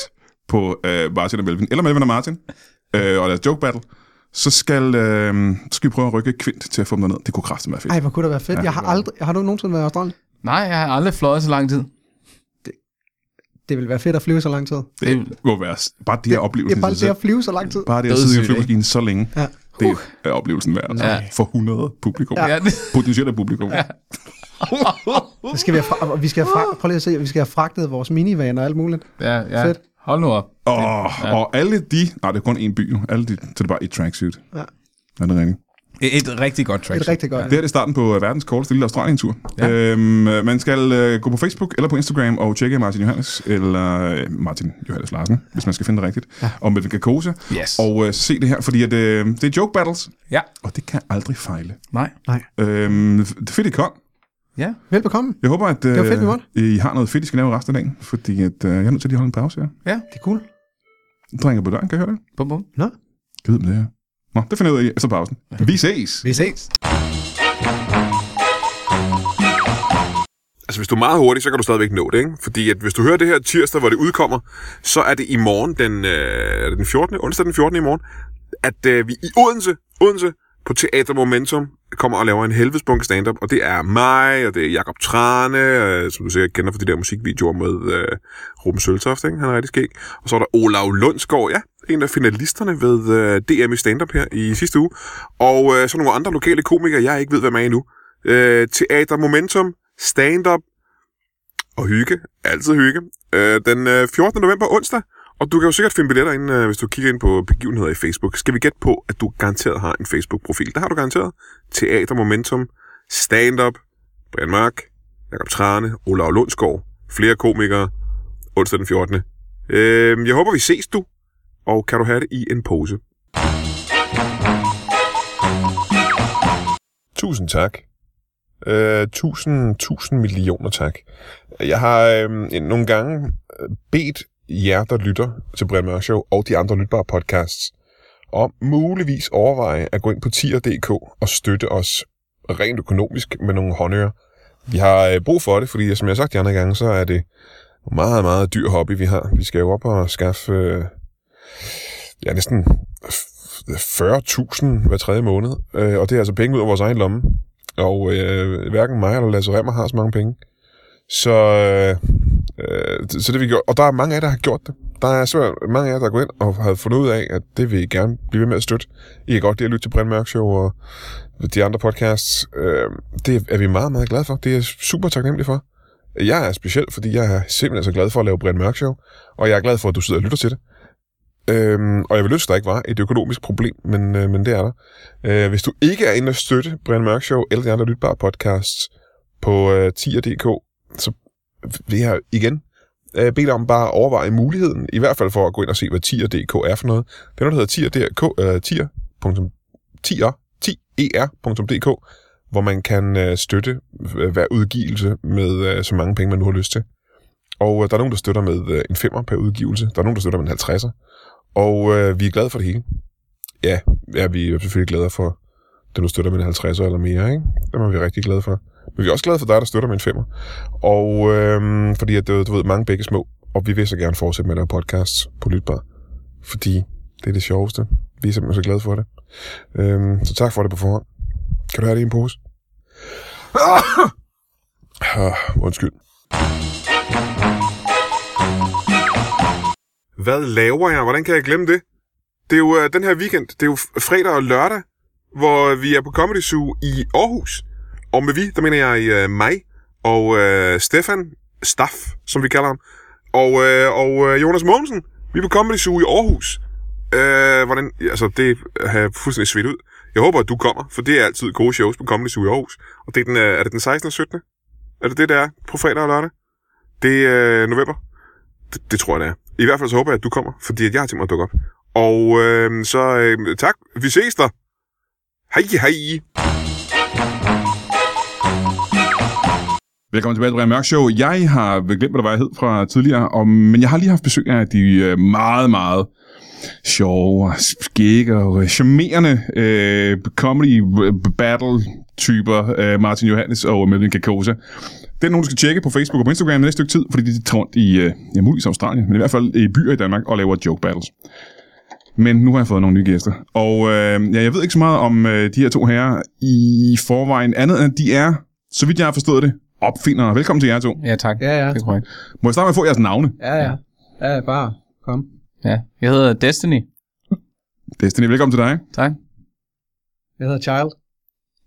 på øh, Martin og Melvin, eller Melvin og Martin, øh, og deres joke battle, så skal, øh, så skal vi prøve at rykke Kvint til at få dem derned. Det kunne kraftigt være fedt. Ej, hvor kunne det være fedt. Jeg har aldrig... Har du nogensinde været i Australien? Nej, jeg har aldrig fløjet så lang tid. Det ville være fedt at flyve så lang tid. det må være s- bare det her Det oplevelse. er bare i sig det selv. at flyve så lang tid. bare det at Dødssygt, sidde i en ikke? flyvemaskine så længe. Ja. Det Uh. er oplevelsen værd. Altså. Ja. For 100 publikum. Ja. (laughs) Ja. Potentielle publikum. Ja. Så skal vi, have fra, og vi skal have fra, prøv lige at se, vi skal have fragtet vores minivan og alt muligt. ja, ja. Fedt. Hold nu op. Og, ja. og alle de... Nej, det er kun én by jo. Alle de, så det er bare et tracksuit. Ja. Er det rigtigt? Et, et rigtig godt track. Det er rigtig godt. Det her det er starten på øh, verdens korteste lille Australien-tur. Ja. Øhm, øh, man skal øh, gå på Facebook eller på Instagram og tjekke Martin Johannes, eller øh, Martin Johannes Larsen, hvis man skal finde det rigtigt, ja. og Melvin Kakose, Yes. og øh, se det her, fordi at, øh, det er joke battles, Ja. og det kan aldrig fejle. Nej. Nej. Øhm, f- det er fedt, I kom. Ja. Velbekomme. Jeg håber, at øh, var fedt, vi måtte. I har noget fedt, I skal lave resten af dagen, fordi at, øh, jeg er nødt til lige at holde en pause her. Det er cool. Drenger på døren, kan I høre det? Bum, bum. Nå. Jeg ved, om det her. Nå, det finder jeg ud af efter pausen. Vi ses! Vi ses. Altså hvis du er meget hurtig, så kan du stadigvæk nå det, ikke? Fordi at hvis du hører det her tirsdag, hvor det udkommer, så er det i morgen den, øh, er det den 14. onsdag den 14. i morgen, at øh, vi i Odense, Odense på Teater Momentum kommer og laver en helvedes bunke stand-up, og det er mig, og det er Jakob Trane, øh, som du sikkert kender fra de der musikvideoer med øh, Ruben Søltoft, ikke? han er rigtig skæg. Og så er der Olav Lundsgaard, ja, en af finalisterne ved øh, DM i stand-up her i sidste uge, og øh, så nogle andre lokale komikere, jeg ikke ved, hvad man er endnu. Øh, Teater Momentum, stand-up, og hygge. Altid hygge. Øh, den øh, 14. november onsdag. Og du kan jo sikkert finde billetter ind, øh, hvis du kigger ind på begivenheder i Facebook. Skal vi gætte på, at du garanteret har en Facebook-profil? Der har du garanteret. Teater Momentum, Stand-Up, Brian Mørk, Jakob Trane, Olav Lundsgaard, flere komikere. Onsdag den 14. Øh, jeg håber, vi ses du. Og kan du have det i en pose. Tusind tak. Øh, tusind, tusind millioner tak. Jeg har øh, en- nogle gange øh, bedt jer, der lytter til Brian Mørk Show og de andre lytbare podcasts, om muligvis overveje at gå ind på tier.dk og støtte os rent økonomisk med nogle håndører. Vi har øh, brug for det, fordi som jeg har sagt de andre gange, så er det en meget, meget dyr hobby, vi har. Vi skal jo op og skaffe øh, ja, næsten f- 40.000 hver tredje måned, øh, og det er altså penge ud af vores egen lomme. Og øh, hverken mig eller Lasse Remmer har så mange penge. Så, øh, øh, så det har vi gjort. Og der er mange af jer, der har gjort det. Der er så mange af jer, der er gået ind og har fundet ud af, at det vil I gerne blive ved med at støtte. I kan godt lide at lytte til Brian Mørk Show og de andre podcasts. Øh, det er vi meget, meget glade for. Det er jeg super taknemmelig for. Jeg er speciel, fordi jeg er simpelthen så glad for at lave Brian Mørk Show. Og jeg er glad for, at du sidder og lytter til det. Øhm, og jeg vil lyst, der ikke var et økonomisk problem, men, øh, men det er der. Øh, hvis du ikke er inde og støtte Brian Mørk Show eller de andre lytbare podcasts på øh, tier.dk, så vil jeg igen øh, bede dig om bare at overveje muligheden, i hvert fald for at gå ind og se, hvad tier.dk er for noget. Det er noget, der hedder tier.dk, øh, tier, punktum- tier, E tier.dk, hvor man kan øh, støtte øh, hver udgivelse med øh, så mange penge, man nu har lyst til. Og øh, der er nogen, der støtter med øh, en femmer per udgivelse. Der er nogen, der støtter med en 50'er. Og øh, vi er glade for det hele. Ja, ja, vi er selvfølgelig glade for dem, der støtter med en 50'er eller mere. Ikke? Dem er vi rigtig glade for. Men vi er også glade for dig, der støtter med en femmer. Og øh, fordi, at, du, du ved, mange begge små. Og vi vil så gerne fortsætte med at lave podcasts på Lytbar. Fordi det er det sjoveste. Vi er simpelthen så glade for det. Øh, så tak for det på forhånd. Kan du have det i en pose? (coughs) Ah! Ah, undskyld. Hvad laver jeg? Hvordan kan jeg glemme det? Det er jo øh, den her weekend, det er jo f- fredag og lørdag, hvor vi er på Comedy Zoo i Aarhus. Og med vi, der mener jeg øh, mig og øh, Stefan Staff, som vi kalder ham, og, øh, og øh, Jonas Mogensen. Vi er på Comedy Zoo i Aarhus. Øh, hvordan, altså, det har jeg fuldstændig svedt ud. Jeg håber, at du kommer, for det er altid gode shows på Comedy Zoo i Aarhus. Og det er, den, øh, er det den 16. og 17. Er det det, der er på fredag og lørdag? Det er øh, november. Det, det tror jeg, det er. I hvert fald så håber jeg, at du kommer, fordi at jeg har tænkt mig at dukke op. Og øh, så øh, tak. Vi ses der. Hej, hej. Velkommen tilbage til Brian Mørk Show. Jeg har glemt, hvad der var, jeg hed fra tidligere, og, men jeg har lige haft besøg af de øh, meget, meget sjove, og skægge og øh, charmerende øh, comedy øh, battle-typer, øh, Martin Johannes og Melvin Kakosa. Det er nogen, du skal tjekke på Facebook og på Instagram i næste stykke tid, fordi de tager rundt i, øh, ja, muligvis Australien, men i hvert fald i byer i Danmark og laver joke battles. Men nu har jeg fået nogle nye gæster. Og øh, ja, jeg ved ikke så meget om øh, de her to herrer i forvejen, andet end at de er, så vidt jeg har forstået det, opfindere. Velkommen til jer to. Ja, tak. Ja, ja. Det er korrekt. Må jeg starte med at få jeres navne? Ja, ja. Ja, bare kom. Ja. Jeg hedder Destiny. Destiny, velkommen til dig. Tak. Jeg hedder Child.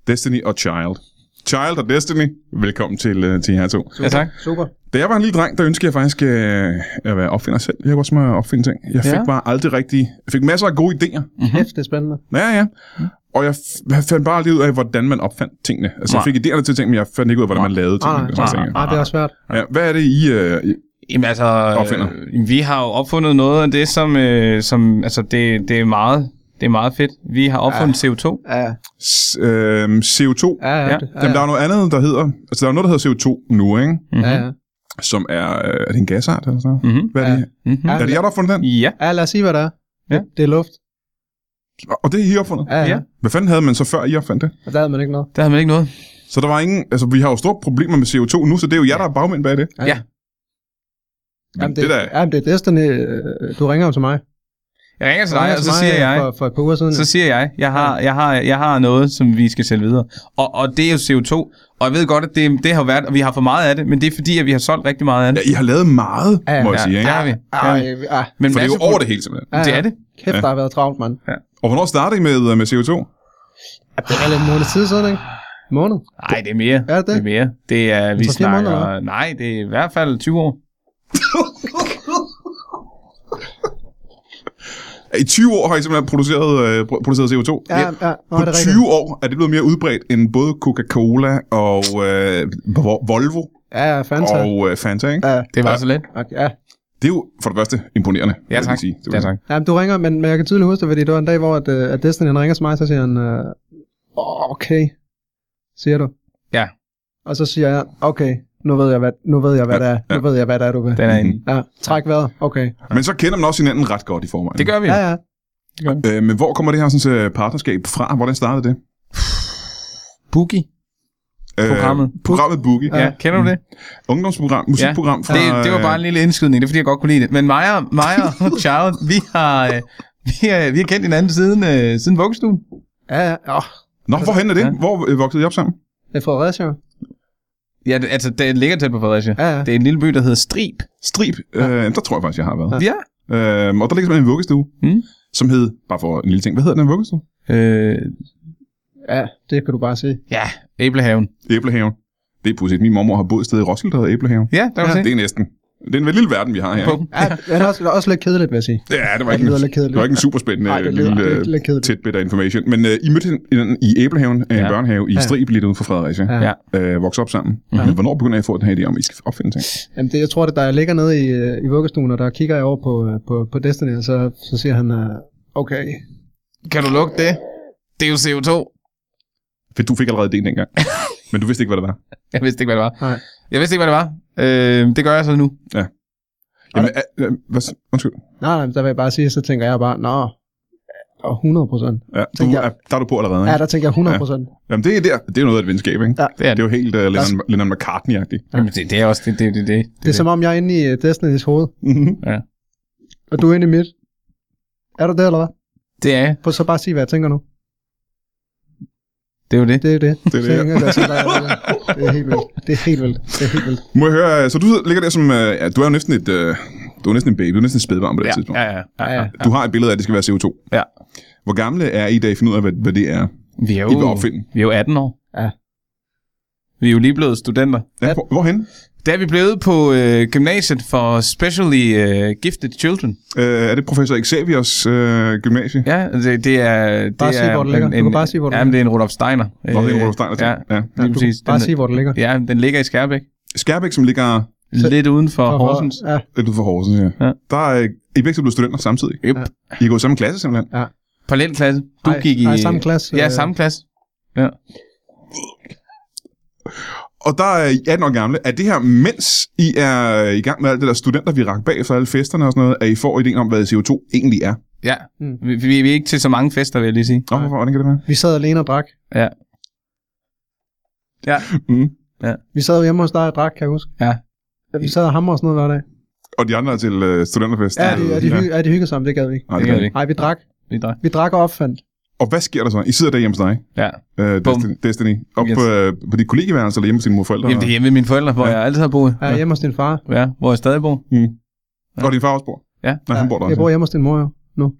Destiny og Child. Child og Destiny, velkommen til, øh, til jer to. Ja, tak. Super. Da jeg var en lille dreng, der ønskede jeg faktisk øh, at være opfinder selv. Jeg kunne også med at opfinde ting. Jeg fik Ja. ja. bare aldrig rigtig... Jeg fik masser af gode idéer. Mhm. Kæft, det er spændende. Ja, ja. Og jeg f- jeg fandt bare lige ud af, hvordan man opfandt tingene. Altså, jeg Nej. fik idéerne til ting, men jeg fandt ikke ud af, hvordan man lavede Nej, tingene. og sådan nej, ting. Nej, Ah, det er også svært. Ja, hvad er det, I... Øh, I- Jamen altså, Opfinder. øh, vi har jo opfundet noget af det, som, øh, som altså, det, det, er meget, det er meget fedt. Vi har opfundet ja. CO2. Ja, s- øh, CO2? ja, ja. Ja, det- Jamen, der er noget andet, der hedder... Altså, der er noget, der hedder CO2 nu, ikke? Mhm. ja, ja. Som er... Øh, er det en gasart eller sådan noget? Mhm. Hvad er det? Mhm. Ja. Er det jer, der har fundet den? Ja. Ja, lad os sige, hvad der er. Ja. Det er luft. Og det er I opfundet? Ja, ja. Ja. Hvad fanden havde man så før, I opfandt det? Og der havde man ikke noget. Der havde man ikke noget. Så der var ingen... Altså, vi har jo store problemer med CO2 nu, så det er jo jer, der er bagmænd bag det. Ja. Men det det, der- jamen, det er Destiny. øh, Du ringer jo til mig. Jeg ringer til Der dig, var og så til mig øh, siger jeg... For, for et par uger siden. Så siger jeg, jeg har, jeg har, jeg har noget, som vi skal sælge videre. Og, og det er jo CO2, og jeg ved godt, at det, det har været, og vi har for meget af det, men det er fordi, at vi har solgt rigtig meget af Ja, det. I har lavet meget, Ja, må jeg Ja, sige. det Ikke? har vi. Det har Ej, vi. ah, Men For det er jo masse- over det hele, simpelthen. ja, Det er det. Kæft, der har været travlt, mand. Og hvornår startede I med, øh, med CO2? Ja, det er vel en måned tid siden, ikke? Måned? Nej, det er mere. Er det det? det er mere. Det er, vi tre-fire snakker... måneder, eller nej, det er i hvert fald 20 år. I 20 år har I simpelthen produceret, øh, pro- produceret CO2. Ja, ja. ja. Nå, På er det 20 rigtigt. år er det blevet mere udbredt end både Coca-Cola og øh, Vo- Volvo Ja, ja, Fanta. og øh, Fanta. Ikke? Ja, Det var så let. okay, ja. Det er jo for det første imponerende. vil Ja, jeg tak. lige sige. Det vil Ja, jeg tak. Jamen, du ringer, men, men jeg kan tydeligt huske det, fordi det var en dag, hvor at, øh, at Destiny han ringer til mig, så siger han, øh, "Åh, okay, siger du. Ja. Og så siger jeg, okay, nu ved jeg, hvad, nu ved jeg, hvad det er. Nu ved jeg, hvad det er, du vil. Den er en. Ja, træk vejret, okay. sige. Men så kender man også hinanden ret godt i forvejen. Det gør vi. Ja, Ja. ja. Øh, men hvor kommer det her sådan, øh, partnerskab fra? Hvordan startede det? Boogie. Øh, Programmet. Programmet Boogie. Ja, kender du det? Ungdomsprogram, musikprogram fra... Det, det var bare en lille indskydning, det er fordi, jeg godt kunne lide det. Men mig og, mig (laughs) og Charles, vi har, øh, vi, har, vi har kendt hinanden siden, øh, siden vuggestuen. Ja, ja. Åh, Nå, hvorhen er det? Ja. Hvor øh, voksede I op sammen? det er Fredericia. Ja, det, altså, det ligger tæt på Fredericia. Ja, ja. Det er en lille by, der hedder Strib. Strib. Ja. Øh, der tror jeg faktisk, jeg har været. Ja. Øh, og der ligger simpelthen en vuggestue, Mm. som hed, bare for en lille ting, hvad hedder den vuggestue? Øh, Ja, det kan du bare sige. ja, Æblehaven. Æblehaven. Det er pudsigt. Min mormor har boet et sted i Roskilde, der hedder Æblehaven. Ja, der Ja. kan du se. Det er næsten. Det er en lille verden, vi har her. På Ikke? den. Ja, det er også, det er også lidt kedeligt, vil jeg sige. Ja, det var Ja, ikke, det lyder en, lidt kedeligt. det var ikke en super spændende Nej, det lille lyder lidt, lidt øh, kedeligt. tæt bit af information. Men øh, I mødte hinanden i Æblehaven, ja. en Ja. børnehave, i Ja. Strib, lidt uden for Fredericia. Ja. Ja. Øh, vokse op sammen. Mm-hmm. Men hvornår begynder jeg at få den her idé om, at I skal opfinde ting? Jamen, det, jeg tror, det er, da jeg ligger nede i, øh, i vuggestuen, og der kigger jeg over på, øh, på, på Destiny, og så, så siger han, øh, okay. Kan du lugte det? Det er jo CO2. For du fik allerede idéen dengang. Men du vidste ikke, hvad det var. Jeg vidste ikke, hvad det var. Nej. Jeg vidste ikke, hvad det var. Øh, det gør jeg så nu. Jamen, øh, øh, hvad, s- undskyld. Nej, nej, men der vil jeg bare sige, så tænker jeg bare, nå, og 100 procent. Ja, du, Tænker jeg. er, der er du på allerede. Ja, Ikke? der tænker jeg 100 procent. Jamen, det er, der, det er noget af et venskab, ikke? Ja. Det er, det er jo helt uh, Lennon, Lennon McCartney-agtigt. Jamen, det, det er også det. det, det, det. Det er som om, jeg er inde i øh, Destinys hoved, Mm-hmm. og du er inde i mit. Er du det, eller hvad? det er Prøv så bare at sige, hvad jeg tænker nu. Det er jo det. Det er det. Det er det, Så ja. tænker jeg, så der er det. Det er helt vildt. Det er helt vildt. Det er helt vildt. Må jeg høre, øh, så du ligger der som, øh, ja, du er jo næsten et, øh, du er næsten en baby, du er næsten et spædbarn på det Ja, ja. tidspunkt. ja, ja, ja, ja. Du har et billede af, at det skal være CO2. Ja. Hvor gamle er I, da I finder ud af, hvad, hvad det er? Vi er I vil jo, opfinde. vi er jo 18 år. Ja. Vi er jo lige blevet studenter. Ja, hvor, hvorhen? Da er vi blevet på øh, gymnasiet for Specially øh, Gifted Children. Øh, er det professor Xaviers øh, gymnasie? Ja, Altså, det, det er... Det Bare er sig, hvor det ligger. Du En, kan bare sige, hvor det ja, men det er en Rudolf Steiner. Nå, det er en Rudolf Steiner ting. Øh, Ja. Ja, Ja, lige du præcis. kan bare Den- sige, hvor det ligger. Ja, den ligger i Skærbæk. Skærbæk, som ligger Lidt uden for Og- øh, Horsens. Ja, lidt ude for Horsens, ja. Ja. Der er, øh, I er begge to blevet studenter samtidig. Yep. Ja. I går i samme klasse, simpelthen. Parallelklasse. Du Ej, gik i... nej, samme klasse. Ja, Øh, samme klasse. Og der er I 18 år gamle. Er det her, mens I er øh, i gang med alt det der studentervirak bagefter alle festerne og sådan noget, at I får ideen om, hvad CO2 egentlig er? Ja. Mm. Vi, vi, vi er ikke til så mange fester, vil jeg lige sige. Nå, hvorfor, hvordan kan det være? vi sad alene og drak. Ja. Mm. Vi sad hjemme hos dig og drak, kan jeg huske. Ja. Ja, vi sad og hammer og sådan noget hver dag. Og de andre er til øh, studenterfest? Ja, de, er, de hygge, er de hygget sammen, det gad vi ikke. Nej, Det det gør gør vi det. ikke. Nej, vi drak. Vi drak. Vi drak og opfandt. Og hvad sker der så? I sidder der hjemme hos dig, Ja. øh, Bum. Destiny, Destiny, op Yes. yes. øh, på dit kollegeværelse eller hjemme hos dine morforældre. Jamen, det er hjemme ved mine forældre, hvor Ja. jeg altid har boet. Ja, hjemme hos din far. Ja, hvor jeg stadig bor. mm. Ja. Og din far også bor? Ja. Nej, han bor der Jeg også. bor hjemme hos din mor jo, nu.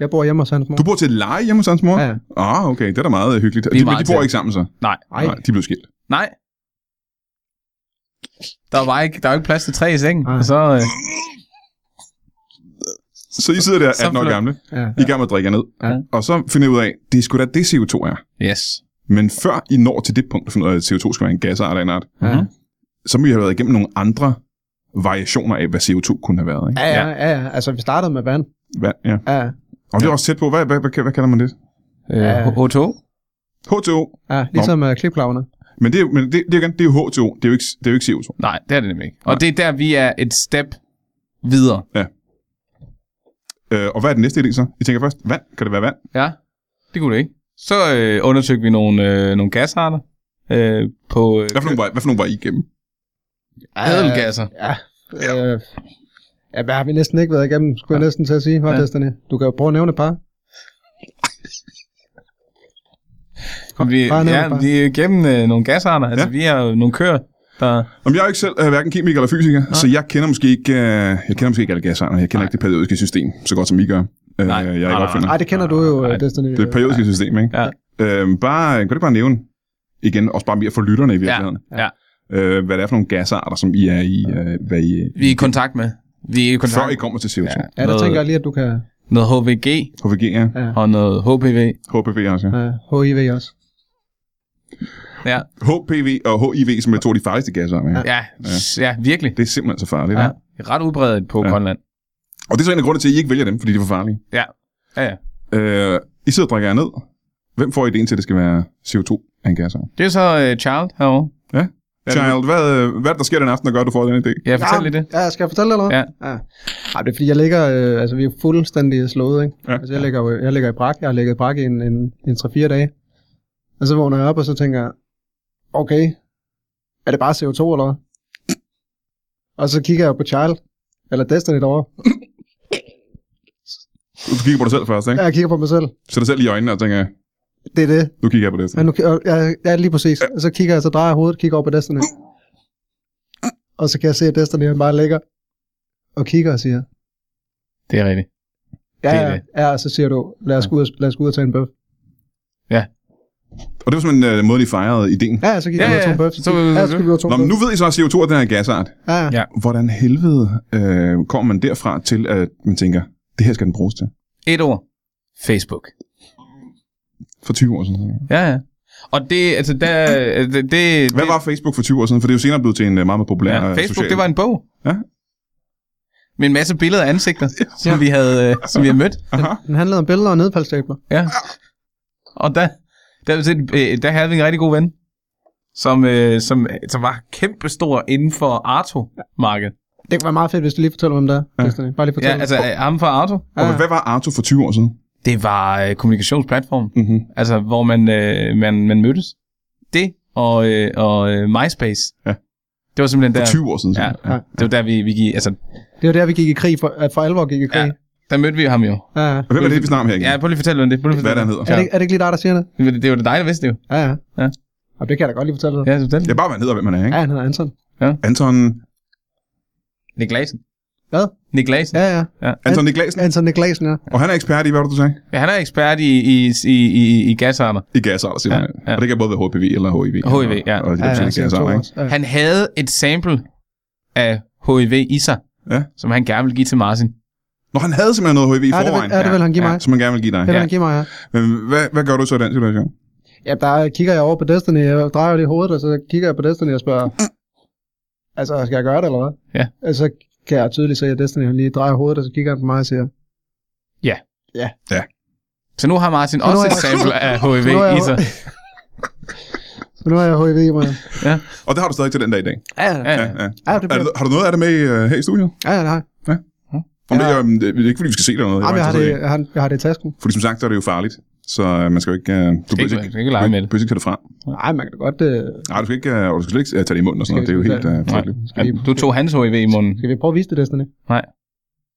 Jeg bor hjemme hos hans mor. Du bor til at lege hjemme hos hans mor? Ja, ja. Ah, okay. Det er da meget øh, hyggeligt. De, men meget de bor tæt. ikke sammen så? Nej. Ej, Nej, de blev skilt. Nej. Der var ikke, der var ikke plads til tre i sengen. Nej. Og så, øh, Så I sidder der Så 18 år flot. gamle, ja. I er i gang med at drikke ned. Ja. Og så finder I ud af, det er sgu da det CO2 er. yes. Men før I når til det punkt, at finder ud af, at CO2 skal være en gasart af en art, Ja. Mhm. så må I have været igennem nogle andre variationer af, hvad CO2 kunne have været. Ikke? Ja, ja, ja, ja. Altså, vi startede med vand. Hvad, ja. Ja, Og det er også tæt på. Hvad, hvad, hvad, hvad kalder man det? Øh, Ja. H2. H2O. ja ligesom uh, klipklaverne. Men det, er- men det, det, er igen, det er jo H2O, det er jo ikke, det er jo ikke CO2. Nej, det er det nemlig ikke. Og det er der, vi er et step videre. Øh, og hvad er den næste idé så? I tænker først, vand? Kan det være vand? Ja, det kunne det ikke. Så øh, undersøgte vi nogle, øh, nogle gasarter øh, på øh, Hvad for nogle var, hvad for nogle var I igennem? ædelgasser. Ja. Øh, Ja, hvad har vi næsten ikke været igennem, skulle ja. jeg næsten til at sige, var ja. Destiny. Du kan jo prøve at nævne et par. Kom, vi, bare ned med ja, bare. vi er igennem øh, nogle gasarter. Altså, ja. vi har jo nogle køer, der... Om jeg er jo ikke selv øh, hverken kemiker eller fysiker, så jeg kender måske ikke, øh, jeg kender måske ikke alle gasarerne. Jeg kender ikke det periodiske system, så godt som I gør. Øh, Nej. Jeg er Nej, ikke nej, opfinder. Nej, det kender du jo, Nej, Ej, Destiny. Det er det periodiske system, ikke? Ja. Øh, bare, kan du ikke bare nævne, igen, også bare mere for lytterne i virkeligheden, Ja, ja. Øh, hvad det er for nogle gasarter, som I er i, øh, hvad I, Vi er i kontakt med. Vi er i kontakt før I kommer til CO2. Ja. Ja. Ja, der Noget- tænker jeg lige, at du kan Noget HVG HVG, ja. ja, og noget HPV. HPV også, ja. ja, HIV også. Ja, HPV og HIV, som er to af de farligste gasarter. Ja. ja, ja virkelig. Det er simpelthen så farligt. Ja. Ja. Ret udbredt på Ja. ja. Grønland. Og det er så en af grundene til, at I ikke vælger dem, fordi de er for farlige. Ja. ja, ja. Øh, I sidder og drikker jer ned. Hvem får ideen til, at det skal være CO2 af en gasart? Det er så uh, Child herovre. Hvad er det, Child, hvad, øh, hvad er det, der sker den aften, der gør, at du får den idé? Ja, fortæl lige det. Ja, skal jeg fortælle dig noget? Ja. ja. Ej, det er fordi, jeg ligger, øh, altså vi er fuldstændig slået, ikke? Ja. Altså jeg ligger, jo- jeg ligger i brak, jeg har ligget i brak i en, en, en 3-4 dage. Og så vågner jeg op, og så tænker jeg, okay, er det bare CO2 eller hvad? Og så kigger jeg på Child, eller Destiny derovre. Du kigger på dig selv først, ikke? Ja, jeg kigger på mig selv. Så dig selv i øjnene og tænker, Det er det. nu kigger jeg på det. Men nu, og, ja, ja, lige præcis. Og så kigger jeg, så drejer jeg hovedet, kigger over på Destiny. Og så kan jeg se, at Destiny han bare ligger og kigger og siger, Det er rigtigt. ja, Det er ja, det. ja, og så siger du, lad os gå ud og, lad os gå ud og tage en bøf. Og det var sådan en øh, måde, de fejrede ideen. Ja, ja, så gik Ja, ja, ja, ja. to ja. bøf. Så, Så- ja, så gik vi ud og tog Nå, en men bøf. nu ved I så, at CO2 er den her gasart. Ja, ja. Ja. Hvordan helvede øh, kommer man derfra til, at man tænker, det her skal den bruges til? Et ord. Facebook. For 20 år siden. Ja, ja. Og det, altså, der, det, det, det Hvad var Facebook for 20 år siden? For det er jo senere blevet til en øh, meget, meget populær ja, øh, Facebook, social... det var en bog. Ja. Med en masse billeder af ansigter, som vi havde, øh, som vi havde mødt. Aha. Den handlede om billeder og nedfaldstabler. Ja. Og der, der, vil sige, øh, der havde vi en rigtig god ven, som, øh, som, som var kæmpestor inden for Arto-markedet. Det var meget fedt, hvis du lige fortæller, hvem det er. Ja. Bare lige fortæl. Ja, altså øh, ham fra Arto. Og hvad var Arto for 20 år siden? Det var øh, kommunikationsplatformen, Mm-hmm. altså hvor man, øh, man, man mødtes. Det og, øh, og øh, MySpace. Ja. Det var simpelthen For der. 20 år siden. Ja, Ja. ja, det var der, vi, vi gik, altså, Det var der, vi gik i krig, for, at for alvor gik i krig. der mødte vi ham jo. Ja, ja. Og hvem er det, vi snakker om her igen? Ja, prøv lige at fortælle om det. Prøv lige at Hvad er fortælle det, han hedder? Er, det, ikke- er det ikke lige dig, der siger det? Men Det, det var det dig, der vidste det jo. Ja, ja. Ja. Og det kan jeg da godt lige fortælle dig. Ja, så fortæl. Ja, bare hvad han hedder, hvem han er, Ja, ikke? han hedder Anton. Anton, Nick Glasen. Hvad? Nick Glasen. Ja. Ja, ja. Anton Niklasen. Anton Niklasen, ja. Og han er ekspert i, hvad var det, du sagde? ja. han er ekspert i, i, i, i, i gasarter. I gasarter, simpelthen. Ja, ja. ja. Og det kan både være HPV eller HIV. HIV, ja. Og de der Ja, ja, forskellige CO2 gasarter, ikke? også. ja. Han havde et sample af HIV i sig, Ja. som han gerne ville give til Martin. Nå, han havde simpelthen noget HIV i Ja, det vil, forvejen, ja, det vil han give Ja. mig. som han gerne vil give dig. Det vil Ja. han give mig, ja. Men hvad, hvad gør du så i den situation? Ja, der kigger jeg over på Destiny, jeg drejer lige hovedet, og så kigger jeg på Destiny og spørger, altså, skal jeg gøre det, eller hvad? Ja. Og så kan jeg tydeligt se, at Destiny han lige drejer hovedet, og så kigger han på mig og siger, Så nu har Martin nu også har et jeg- sample (laughs) af HIV nu har jeg- i sig. så nu er jeg HIV i mig. Og det har du stadig til den dag i dag. Ja, Ja, Ja, ja. ja. ja, det Er, bliver, du- har du noget af det med øh, her i studiet? ja, ja, nej. Om det, er, øhm, det det er ikke, fordi vi skal se det eller noget. bare Jamen, jeg, har det, interesseret i- jeg, har, jeg har det i tasken. Fordi som sagt, så er det jo farligt. Så øh, man skal jo ikke... øh, Du Ikke- man skal ikke lege med det. Du behøver ikke tage det frem. Nej, man kan da godt... Øh, Nej, du skal ikke, øh, og du skal slet ikke øh, tage det i munden og sådan noget. Det er jo helt øh, frygteligt. Ja, Du tog hans HIV i munden. skal vi prøve at vise det, Destiny? Nej.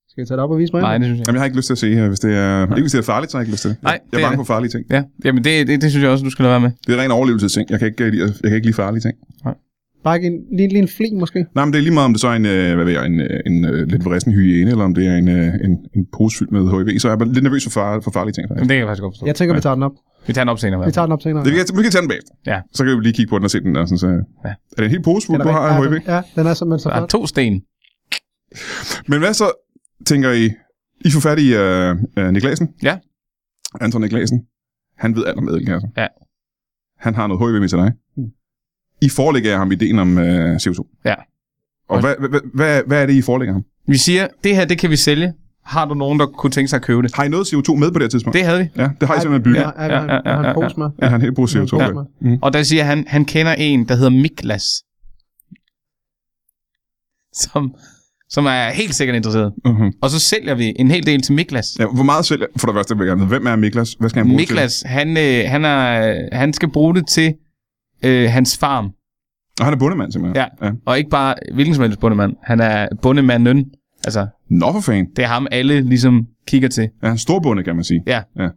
Skal vi tage det op og vise mig? Nej, det synes jeg ikke. Jamen, jeg har ikke lyst til at se, øh, hvis det er... Ikke hvis det er farligt, så har jeg ikke lyst til det. Nej, jeg det er er bange det. for farlige ting. Ja, jamen det, det, det synes jeg også, du skal lade være med. Det er ren overlevelsesting. Jeg kan ikke, øh, lide, jeg kan ikke lide farlige ting. Bare ikke en, lige, lige en fli, måske? Nej, men det er lige meget, om det så er en, øh, hvad ved jeg, en, øh, en øh, lidt vrissen hygiene, eller om det er en, øh, en, en pose fyldt med HIV, så er jeg bare lidt nervøs for, far, for farlige ting. Faktisk. Jamen, det kan jeg faktisk godt forstå. Jeg tænker, vi tager den op. Vi tager den op senere. i hvert Vi fald. tager den op senere. Det, vi, kan, vi kan tage den bagefter. Ja. Så kan vi lige kigge på den og se den der. Sådan, så. Ja. Er det en helt pose, Den fuld, er du har rigtig- af ja, HIV? den- Ja, den er simpelthen så Der er flot. to sten. Men hvad så, tænker I? I får fat i øh, øh, Niklasen. Ja. Anton Niklasen. Han ved alt om ædelkasser. Ja. Hmm. Han har noget HIV med til dig. I forelægger jer ham ideen om øh, CO2. Ja. Og hvad, hvad, hvad, hvad er det, I forelægger ham? Vi siger, det her, det kan vi sælge. Har du nogen, der kunne tænke sig at købe det? Har I noget CO2 med på det her tidspunkt? Det havde vi. Ja, det har I simpelthen bygget. Ja, ja, ja, ja, ja, ja, ja, Ja, han er helt brugt Ja, CO2. ja. Og der siger han, han kender en, der hedder Miklas. Som, som er helt sikkert interesseret. Mhm. Og så sælger vi en hel del til Miklas. Ja, hvor meget selv, for det første vil jeg gerne vide, hvem er Miklas? Hvad skal han bruge Miklas, han, øh, han, er, han skal bruge det til øh, hans farm. til? Og han er bundemand simpelthen. Ja. ja. Og ikke bare hvilken som helst bondemand. Han er bondemanden. Altså Nå for fan. Det er ham, alle ligesom kigger til. Ja, han er storbundet, kan man sige. Ja. Ja.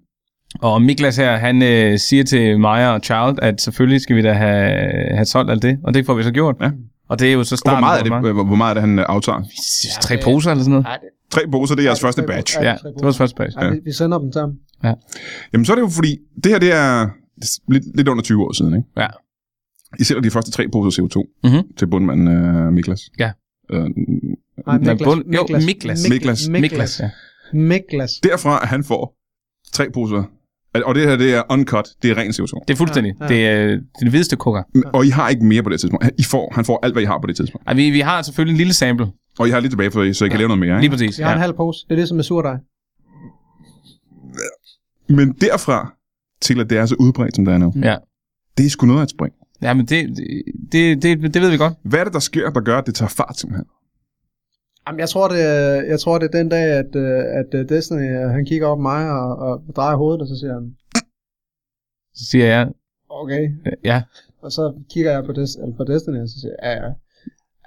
Og Miklas her, han øh, siger til Maja og Child, at selvfølgelig skal vi da have, have solgt alt det, og det får vi så gjort. Ja. Og det er jo så Og starten. Hvor meget, er på det, mange- hvor- hvor meget er det, han øh, aftager? Tre poser eller sådan noget? Nej, det, Tre poser, det er jeres første batch. Ja, Ja, tre det var første page. nej, vi, vi sender dem sammen. Jamen, så er det jo fordi, det her det er lidt, lidt under 20 år siden, ikke? Ja. I sælger de første tre poser CO2 Mhm. til bundmanden øh, Miklas. Ja. Øh, Nej, Nej, Miklas. bund- jo, Miklas. Miklas. Miklas. ja. Miklas. derfra, at han får tre poser, og det her det er uncut, det er ren CO2. Det er fuldstændig. Ja, ja. Det er øh, den hvideste kokker. Og I har ikke mere på det tidspunkt. I får, han får alt, hvad I har på det tidspunkt. Ej, vi, vi har selvfølgelig en lille sample. Og I har lidt tilbage for så I kan lave noget mere. Lige Ikke? præcis. Jeg har Ja. en halv pose. Det er det, som er surdej. Men derfra til, at det er så udbredt, som det er Mm. nu, Ja. det er sgu noget at springe. ja, men det, det, det, det ved vi godt. Hvad er det, der sker, der gør, at det tager fart simpelthen? Jamen, jeg tror, det, er- jeg tror, det er den dag, at, øh, at øh, Destiny, øh, han kigger op på mig og, og drejer hovedet, og så siger han, Så siger jeg, okay. øh, ja, Og så kigger jeg på, Des, eller på Destiny, og så siger jeg, ja, ja.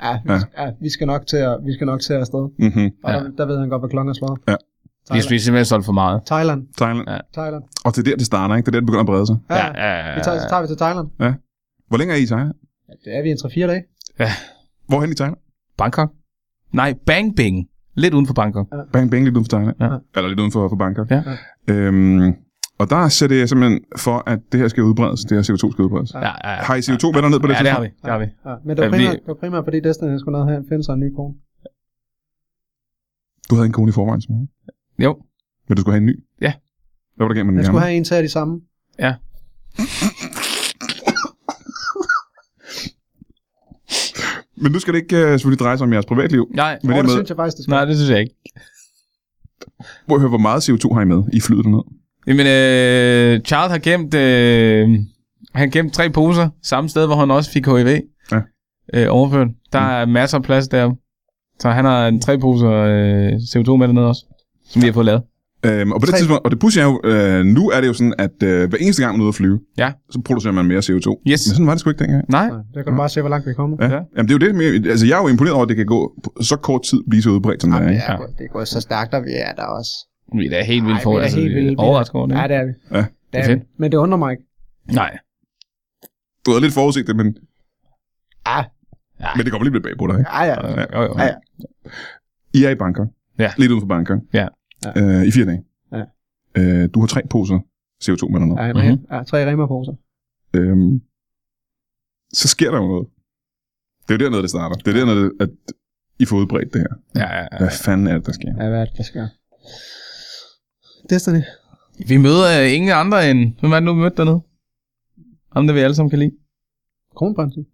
Ja, vi, ja. ja, vi skal nok til at, vi skal nok til at afsted. Mm-hmm. Og Ja. ja. der, der, ved han godt, hvad klokken er slået. Ja. vi Thailand. spiser simpelthen solgt for meget. Thailand. Thailand. Ja. Ja. Thailand. Og det er der, det starter, ikke? Det er der, det begynder at brede sig. Ja, ja. ja, ja, Vi tager, så tager vi til Thailand. Hvor længe er I i Thailand? Ja, det er vi en 3-4 dage. Hvorhen i Thailand? Bangkok? Nej, Bang Bing. Lidt uden for Bangkok. Bang Bang, lidt uden for Thailand. Ja. Eller lidt uden for, for Bangkok. Ja. Øhm, og der sætter jeg simpelthen for, at det her skal udbredes. Det her CO2 skal udbredes. Ja. Ja, ja, ja. Har I CO2 venner ned på det Ja, det har vi. Det har vi. Ja. Men det var, Ja, vi- primært, det var primært, fordi Destiny skulle ned her og finde sig en ny kone. Du havde en kone i forvejen, som Jo. Men du skulle have en ny? Ja. Hvad var der galt med den gamle? Jeg skulle have en til af de samme. Men nu skal det ikke uh, selvfølgelig dreje sig om jeres privatliv. Nej, Men Men det det, med- synes jeg faktisk, det skal. nej, det synes jeg ikke. Prøv at høre, hvor meget CO2 har I med i flyet derned? Jamen, øh, Charles har gemt, øh, han gemte tre poser samme sted, hvor han også fik HIV Ja. Mm. øh, overført. Der er masser af plads deroppe. Så han har en tre poser øh, CO2 med dernede også, som vi har fået lavet. Øhm, og på det Tre. tidspunkt, og det pudsige er jo, øh, nu er det jo sådan, at øh, hver eneste gang man er ude at flyve, Ja. så producerer man mere CO2. Yes. Men sådan var det sgu ikke dengang. Nej, Nej, Der kan du bare se, hvor langt vi er kommet. Ja. ja. Ja. Jamen, det er jo det, men- altså jeg er jo imponeret over, at det kan gå på så kort tid blive så udbredt som det er. Jamen, Ikke? det, er gået, det er gået så stærkt, og vi er der også. vi er da helt vildt Ej, for vi er det. Altså, helt vi er vildt. overrasket over det. Ja, det er vi. Ja. Det Det er er vi. Men det undrer mig ikke. Nej. Du havde lidt forudset det, men, Ah, men det kommer lige lidt bag på dig. Ikke? ja, ja. Øh, jo, jo. Ja, ja. I er i Bangkok. Ja. Lidt uden for Bangkok. Ja. Ja. Øh, I fire dage. Ja. Øh, du har tre poser CO2 med dig ned. Ja, en Mhm. rem, ja, tre remaposer. øhm, så sker der jo noget. Det er jo dernede, det starter. Det er dernede, at I får udbredt det her. Ja, ja, ja. Hvad fanden er det, der sker? Ja, hvad er det, der sker? Destiny. Vi møder øh, ingen andre end... Hvem er det nu, vi mødte dernede? Ham, der vi alle sammen kan lide. Kronprinsen.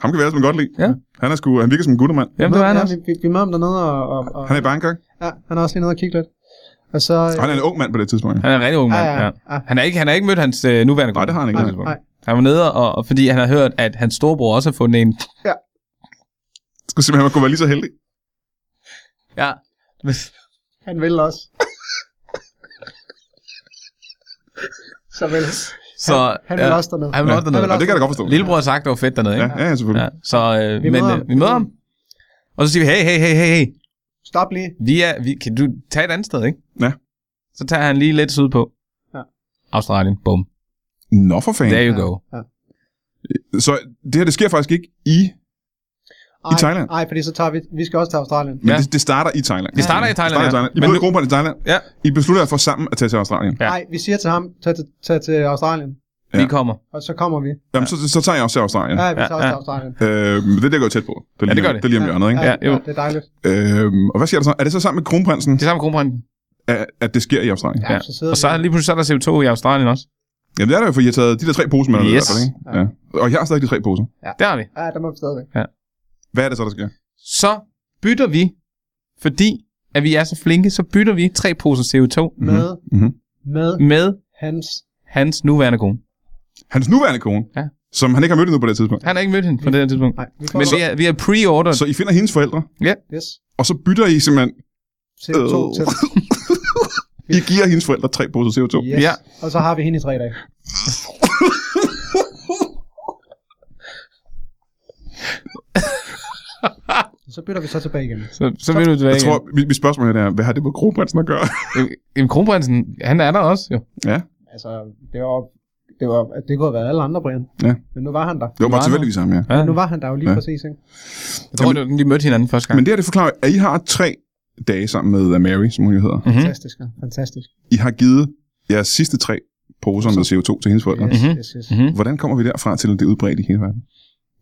Ham kan vi alle sammen godt lide. Ja. Han, er sgu, han virker som en guttermand. Jamen, det var han ja, også. vi, vi, vi mødte ham dernede, og, og, og Han er i Bangkok, ja, han er også lige nede og kigge lidt. Og så... og han er en ung mand på det tidspunkt. Han er en rigtig ung mand, ja, ja, ja. ja. Han har ikke, han har ikke mødt hans øh, nuværende Nej, det har han ikke. på Nej, det tidspunkt. Nej, Han var nede, og, og fordi han har hørt, at hans storebror også har fundet en. Skulle simpelthen man kunne være lige så heldig. Ja. han vil også. så vil Så, han vil ja, også dernede. Han vil også dernede. Og det kan jeg da godt forstå. Lillebror har sagt, det var fedt dernede, Ja, ikke? ja, ja, selvfølgelig. Ja. Så øh, Vi vi men møder møder ham. vi møder ham. Og så siger vi, hey, hey, hey, hey, hey. Stop lige. Vi er, vi, kan du tage et andet sted, ikke? Ja. Så tager han lige lidt sydpå. Ja. Australien. Bum. Nå for fanden. There you Ja. go. Så det her, det sker faktisk ikke i, I Thailand? Nej, fordi så tager vi... Vi skal også til Australien. men Ja. det, det, starter i Thailand. Det starter i Thailand, starter i ja. Thailand. I Men møder nu- gruppen i Thailand. Ja. I beslutter jer for sammen at tage til Australien. Ja. Nej, vi siger til ham, tag til, tag til Australien. Ja. Vi kommer. Og så kommer vi. Jamen, så, så tager jeg også til Australien. Ja, vi Ja, tager også ja. til Australien. Øh, men det der går jo tæt på. Det er lige, det gør om- det. Det er lige om hjørnet, ikke? Ja, jo. ja, det er dejligt. Øhm, og hvad sker der så? Er det så sammen med kronprinsen, Det er samme kronprinsen. at, at det sker i Australien? Ja, Ja. så sidder Og så er vi- der lige pludselig så er der CO2 i Australien også. Jamen, det er der jo, for I har taget de der tre poser med dig. i Yes. hvert fald, ikke? Ja. Og jeg har stadig de tre poser. Der er vi. Ja, der må vi stadigvæk. Hvad er det så, der sker? Så bytter vi, fordi at vi er så flinke, så bytter vi tre poser CO2 Med, Mhm. med med hans... hans nuværende kone. Hans nuværende kone, Ja. som han ikke har mødt endnu på det tidspunkt. Han har ikke mødt hende på det her tidspunkt. Nej, vi får Men så, vi har, vi har pre-ordered. Så I finder hendes forældre, yes, og så bytter I simpelthen... CO2 Øh. til. I giver hendes forældre tre poser CO2. Yes. uh, Ja. Ja. Og så har vi hende i tre (laughs) dage. Så bytter vi så tilbage igen. Så, så vil du tilbage Jeg tror, mit, mit spørgsmål her, det er, hvad har det med kronprinsen at gøre? igen. Jamen, Kronprinsen, han er der også, jo. ja, Altså, det var, det var, det kunne have været alle andre, Brian. Ja. Men nu var han der. det var bare Meget tilfældigvis ham, ja. Ja. Mhm. Nu var han der jo lige Ja. ja. præcis, ikke? Jeg tror, det var, de mødte hinanden første gang. Men det her, det forklarer, at I har tre dage sammen med øh, Mary, som hun jo hedder. mm-hmm. Fantastisk, ja. fantastisk. I har givet jeres sidste tre poser med CO2 til hendes forældre. Yes, Mhm. yes, yes. Mhm. Hvordan kommer vi derfra til, at det er udbredt i hele verden?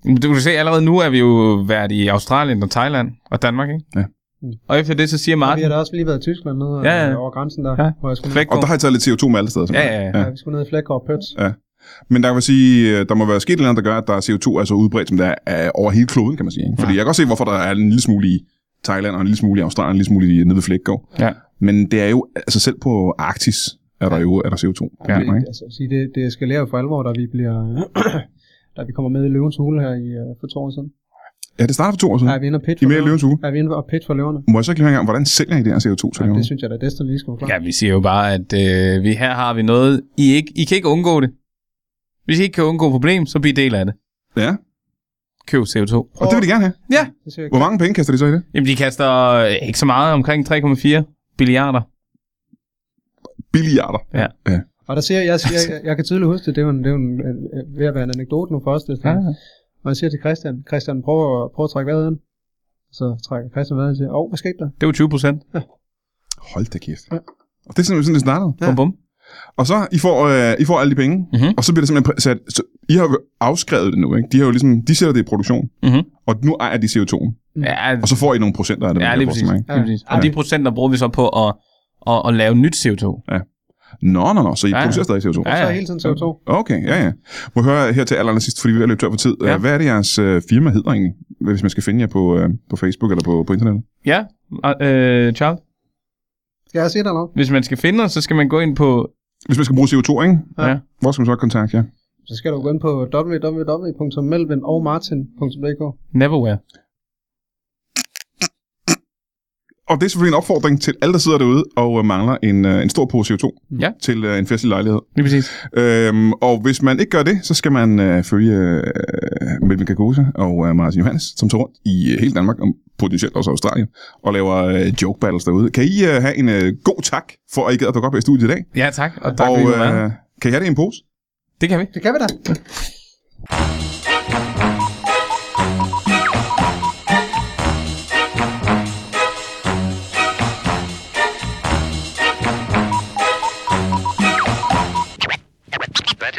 Men Du kan se, allerede nu er vi jo været i Australien og Thailand og Danmark, ikke? Ja. Mm. Og efter det, så siger Og vi Martin, har da også lige været i Tyskland nede Ja, ja, ja. ja. over grænsen der, Ja. ja. hvor jeg skulle ned. perfekt. Og der har I taget lidt CO2 med alle steder. Ja, simpelthen. ja, ja. Ja. vi skulle ned i Flækker og Pøts. Men der kan man sige, øh, der må være sket et eller andet, der gør, at der er CO2 er så udbredt, som der er øh, over hele kloden, kan man sige. Ikke? Fordi jeg kan godt se, hvorfor der er en lille smule i Thailand, og en lille smule i Australien, en lille smule i øh, nede ved Flækgaard. Ja. Men det er jo, altså selv på Arktis er der jo er der CO2. Ja, Ikke? det, altså, at sige, det, det eskalerer jo for alvor, da vi bliver... (clears throat) da vi kommer med i løvens hule her i, uh, for to år siden. Ja, det starter for to år siden. Ja, er Mm. vi inde og pit I for mere i løvens hule. Ja, er vi inde og pit for løverne. Må jeg så ikke lige høre engang, hvordan sælger I det her CO2 til Ja, det løverne? synes jeg da, Destin lige skulle forklare. Ja, vi siger jo bare, at øh, vi her har vi noget, I, ikke, I kan ikke undgå det. Hvis I ikke kan undgå et problem, så bliv del af det. Ja, Køb CO2. og det vil de gerne have. Det siger jeg Hvor mange penge kaster de så i det? Jamen, de kaster øh, ikke så meget, omkring 3,4 billiarder. Billiarder. Og der siger jeg, jeg, siger- jeg, jeg kan tydeligt huske det, det er jo, en, det er jo en, øh, ved at være en anekdote nu for os, det er sådan. Og jeg siger til Christian, Christian, prøv at, prøv at trække vejret ind. Så trækker Christian vejret ind og siger, åh, oh, hvad skete der? Det var 20 procent. Hold da kæft. Og det er simpelthen sådan, det startede. Bum, bum. Og så, I får, øh, I får alle de penge, Mhm. mm-hmm. og så bliver det simpelthen præ- sat... Så, I har jo afskrevet det nu, ikke? De har jo ligesom... De sætter det i produktion, Mhm. og nu ejer de CO2'en. Ja, altså, Og så får I nogle procenter af det. ja jeg lige præcis. forestiller mig, Lige præcis. Og Ja. de procenter bruger vi så på at, at, at lave nyt CO2. ikke? Nå, nå, nå, så I Ja, ja, ja. producerer stadig CO2. Ja, Ja, ja. ja. Så er hele tiden CO2. Okay, ja, ja. Må jeg høre her til allersidst, fordi vi er ved at løbe tør for tid. Ja. Ja. Hvad er det, jeres øh, firma hedder egentlig? Hvis man skal finde jer på, øh, på Facebook eller på, på internettet? Ja, og, øh, Charles. Skal jeg sige dig noget? Hvis man skal finde os, så skal man gå ind på... Hvis man skal bruge CO2, ikke? Ja. Hvor skal man så kontakte jer? Så skal du gå ind på www.melvinogmartin.dk. Neverwhere. Og det er selvfølgelig en opfordring til alle, der sidder derude og øh, mangler en, øh, en stor pose CO2 Ja. til øh, en festlig lejlighed. Lige præcis. Øhm, og hvis man ikke gør det, så skal man øh, følge øh, Melvin Kakosa og øh, Martin Johannes, som tager rundt i øh, hele Danmark, og potentielt også Australien, og laver øh, joke battles derude. Kan I øh, have en øh, god tak for, at I gad at dukke op her i studiet i dag? Ja, tak. Og tak, og fordi du var med. øh, kan I have det i en pose? Det kan vi. Det kan vi da. That